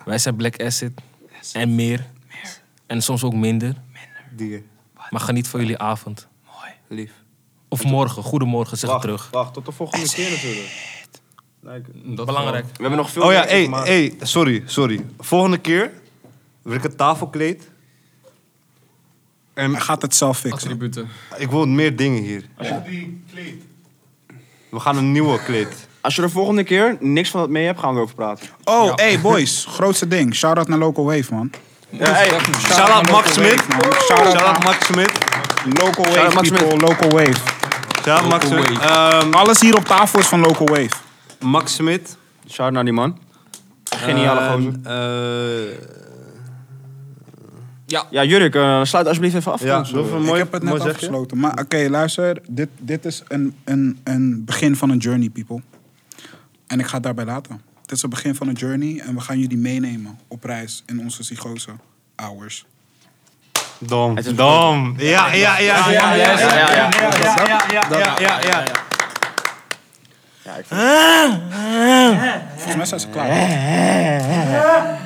E: Wij zijn Black Acid. En meer. En soms ook minder.
B: Dier.
E: Maar geniet van jullie avond.
B: Lief.
E: Of morgen. Goedemorgen, zeg het
C: wacht,
E: terug.
C: Wacht, tot de volgende keer natuurlijk. Like,
D: Dat
E: Belangrijk.
C: we hebben nog veel
B: Oh ja,
C: werk
B: hey,
C: gemaakt.
B: hey, sorry, sorry. Volgende keer wil ik een tafelkleed. En
A: Hij gaat het zelf
D: wel.
A: fixen.
D: Attributen.
B: ik wil meer dingen hier.
F: Die kleed.
B: We gaan een nieuwe kleed.
C: Als je de volgende keer niks van dat mee hebt, gaan we erover praten.
A: Oh, hey boys. Grootste ding. Shout-out naar Local Wave, man.
C: Ja, hey,
B: Shout-out Max Smit.
A: Shout-out
B: Shout-out Max Smit.
A: Local
C: Shout-out
A: Wave,
C: Max
A: people. Local Wave.
B: Shout-out Max Smit. Ehm,
A: Alles hier op tafel is van Local Wave.
B: Max Smit.
C: Shout naar die man. Geniale
B: Ehm,
C: gozer.
B: eh,
C: Ja, Jurk, eh, sluit alsjeblieft even af.
B: Ja,
C: Ons, eh,
B: dat is een mooi,
A: ik heb het net
B: mooi zegje.
A: afgesloten. Maar oké, luister. Dit, dit is een, een, een begin van een journey, people. En ik ga het daarbij laten. Het is het begin van een journey. En we gaan jullie meenemen op reis in onze Psychose hours.
B: Ehm, Dom. Dom. Ja, ja, ja, ja, ja, ja, ja, ja, ja, ja, ja, ja, ja.
A: Volgens mij zijn ze klaar.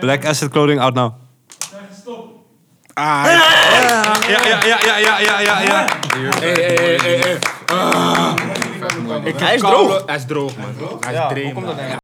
B: Black Asset Clothing out now.
A: Ah,
B: Ja, ja, ja, ja, ja, ja, ja, ja.
C: Hij is droog.
E: Hij is droog, man. Hij is dreemend.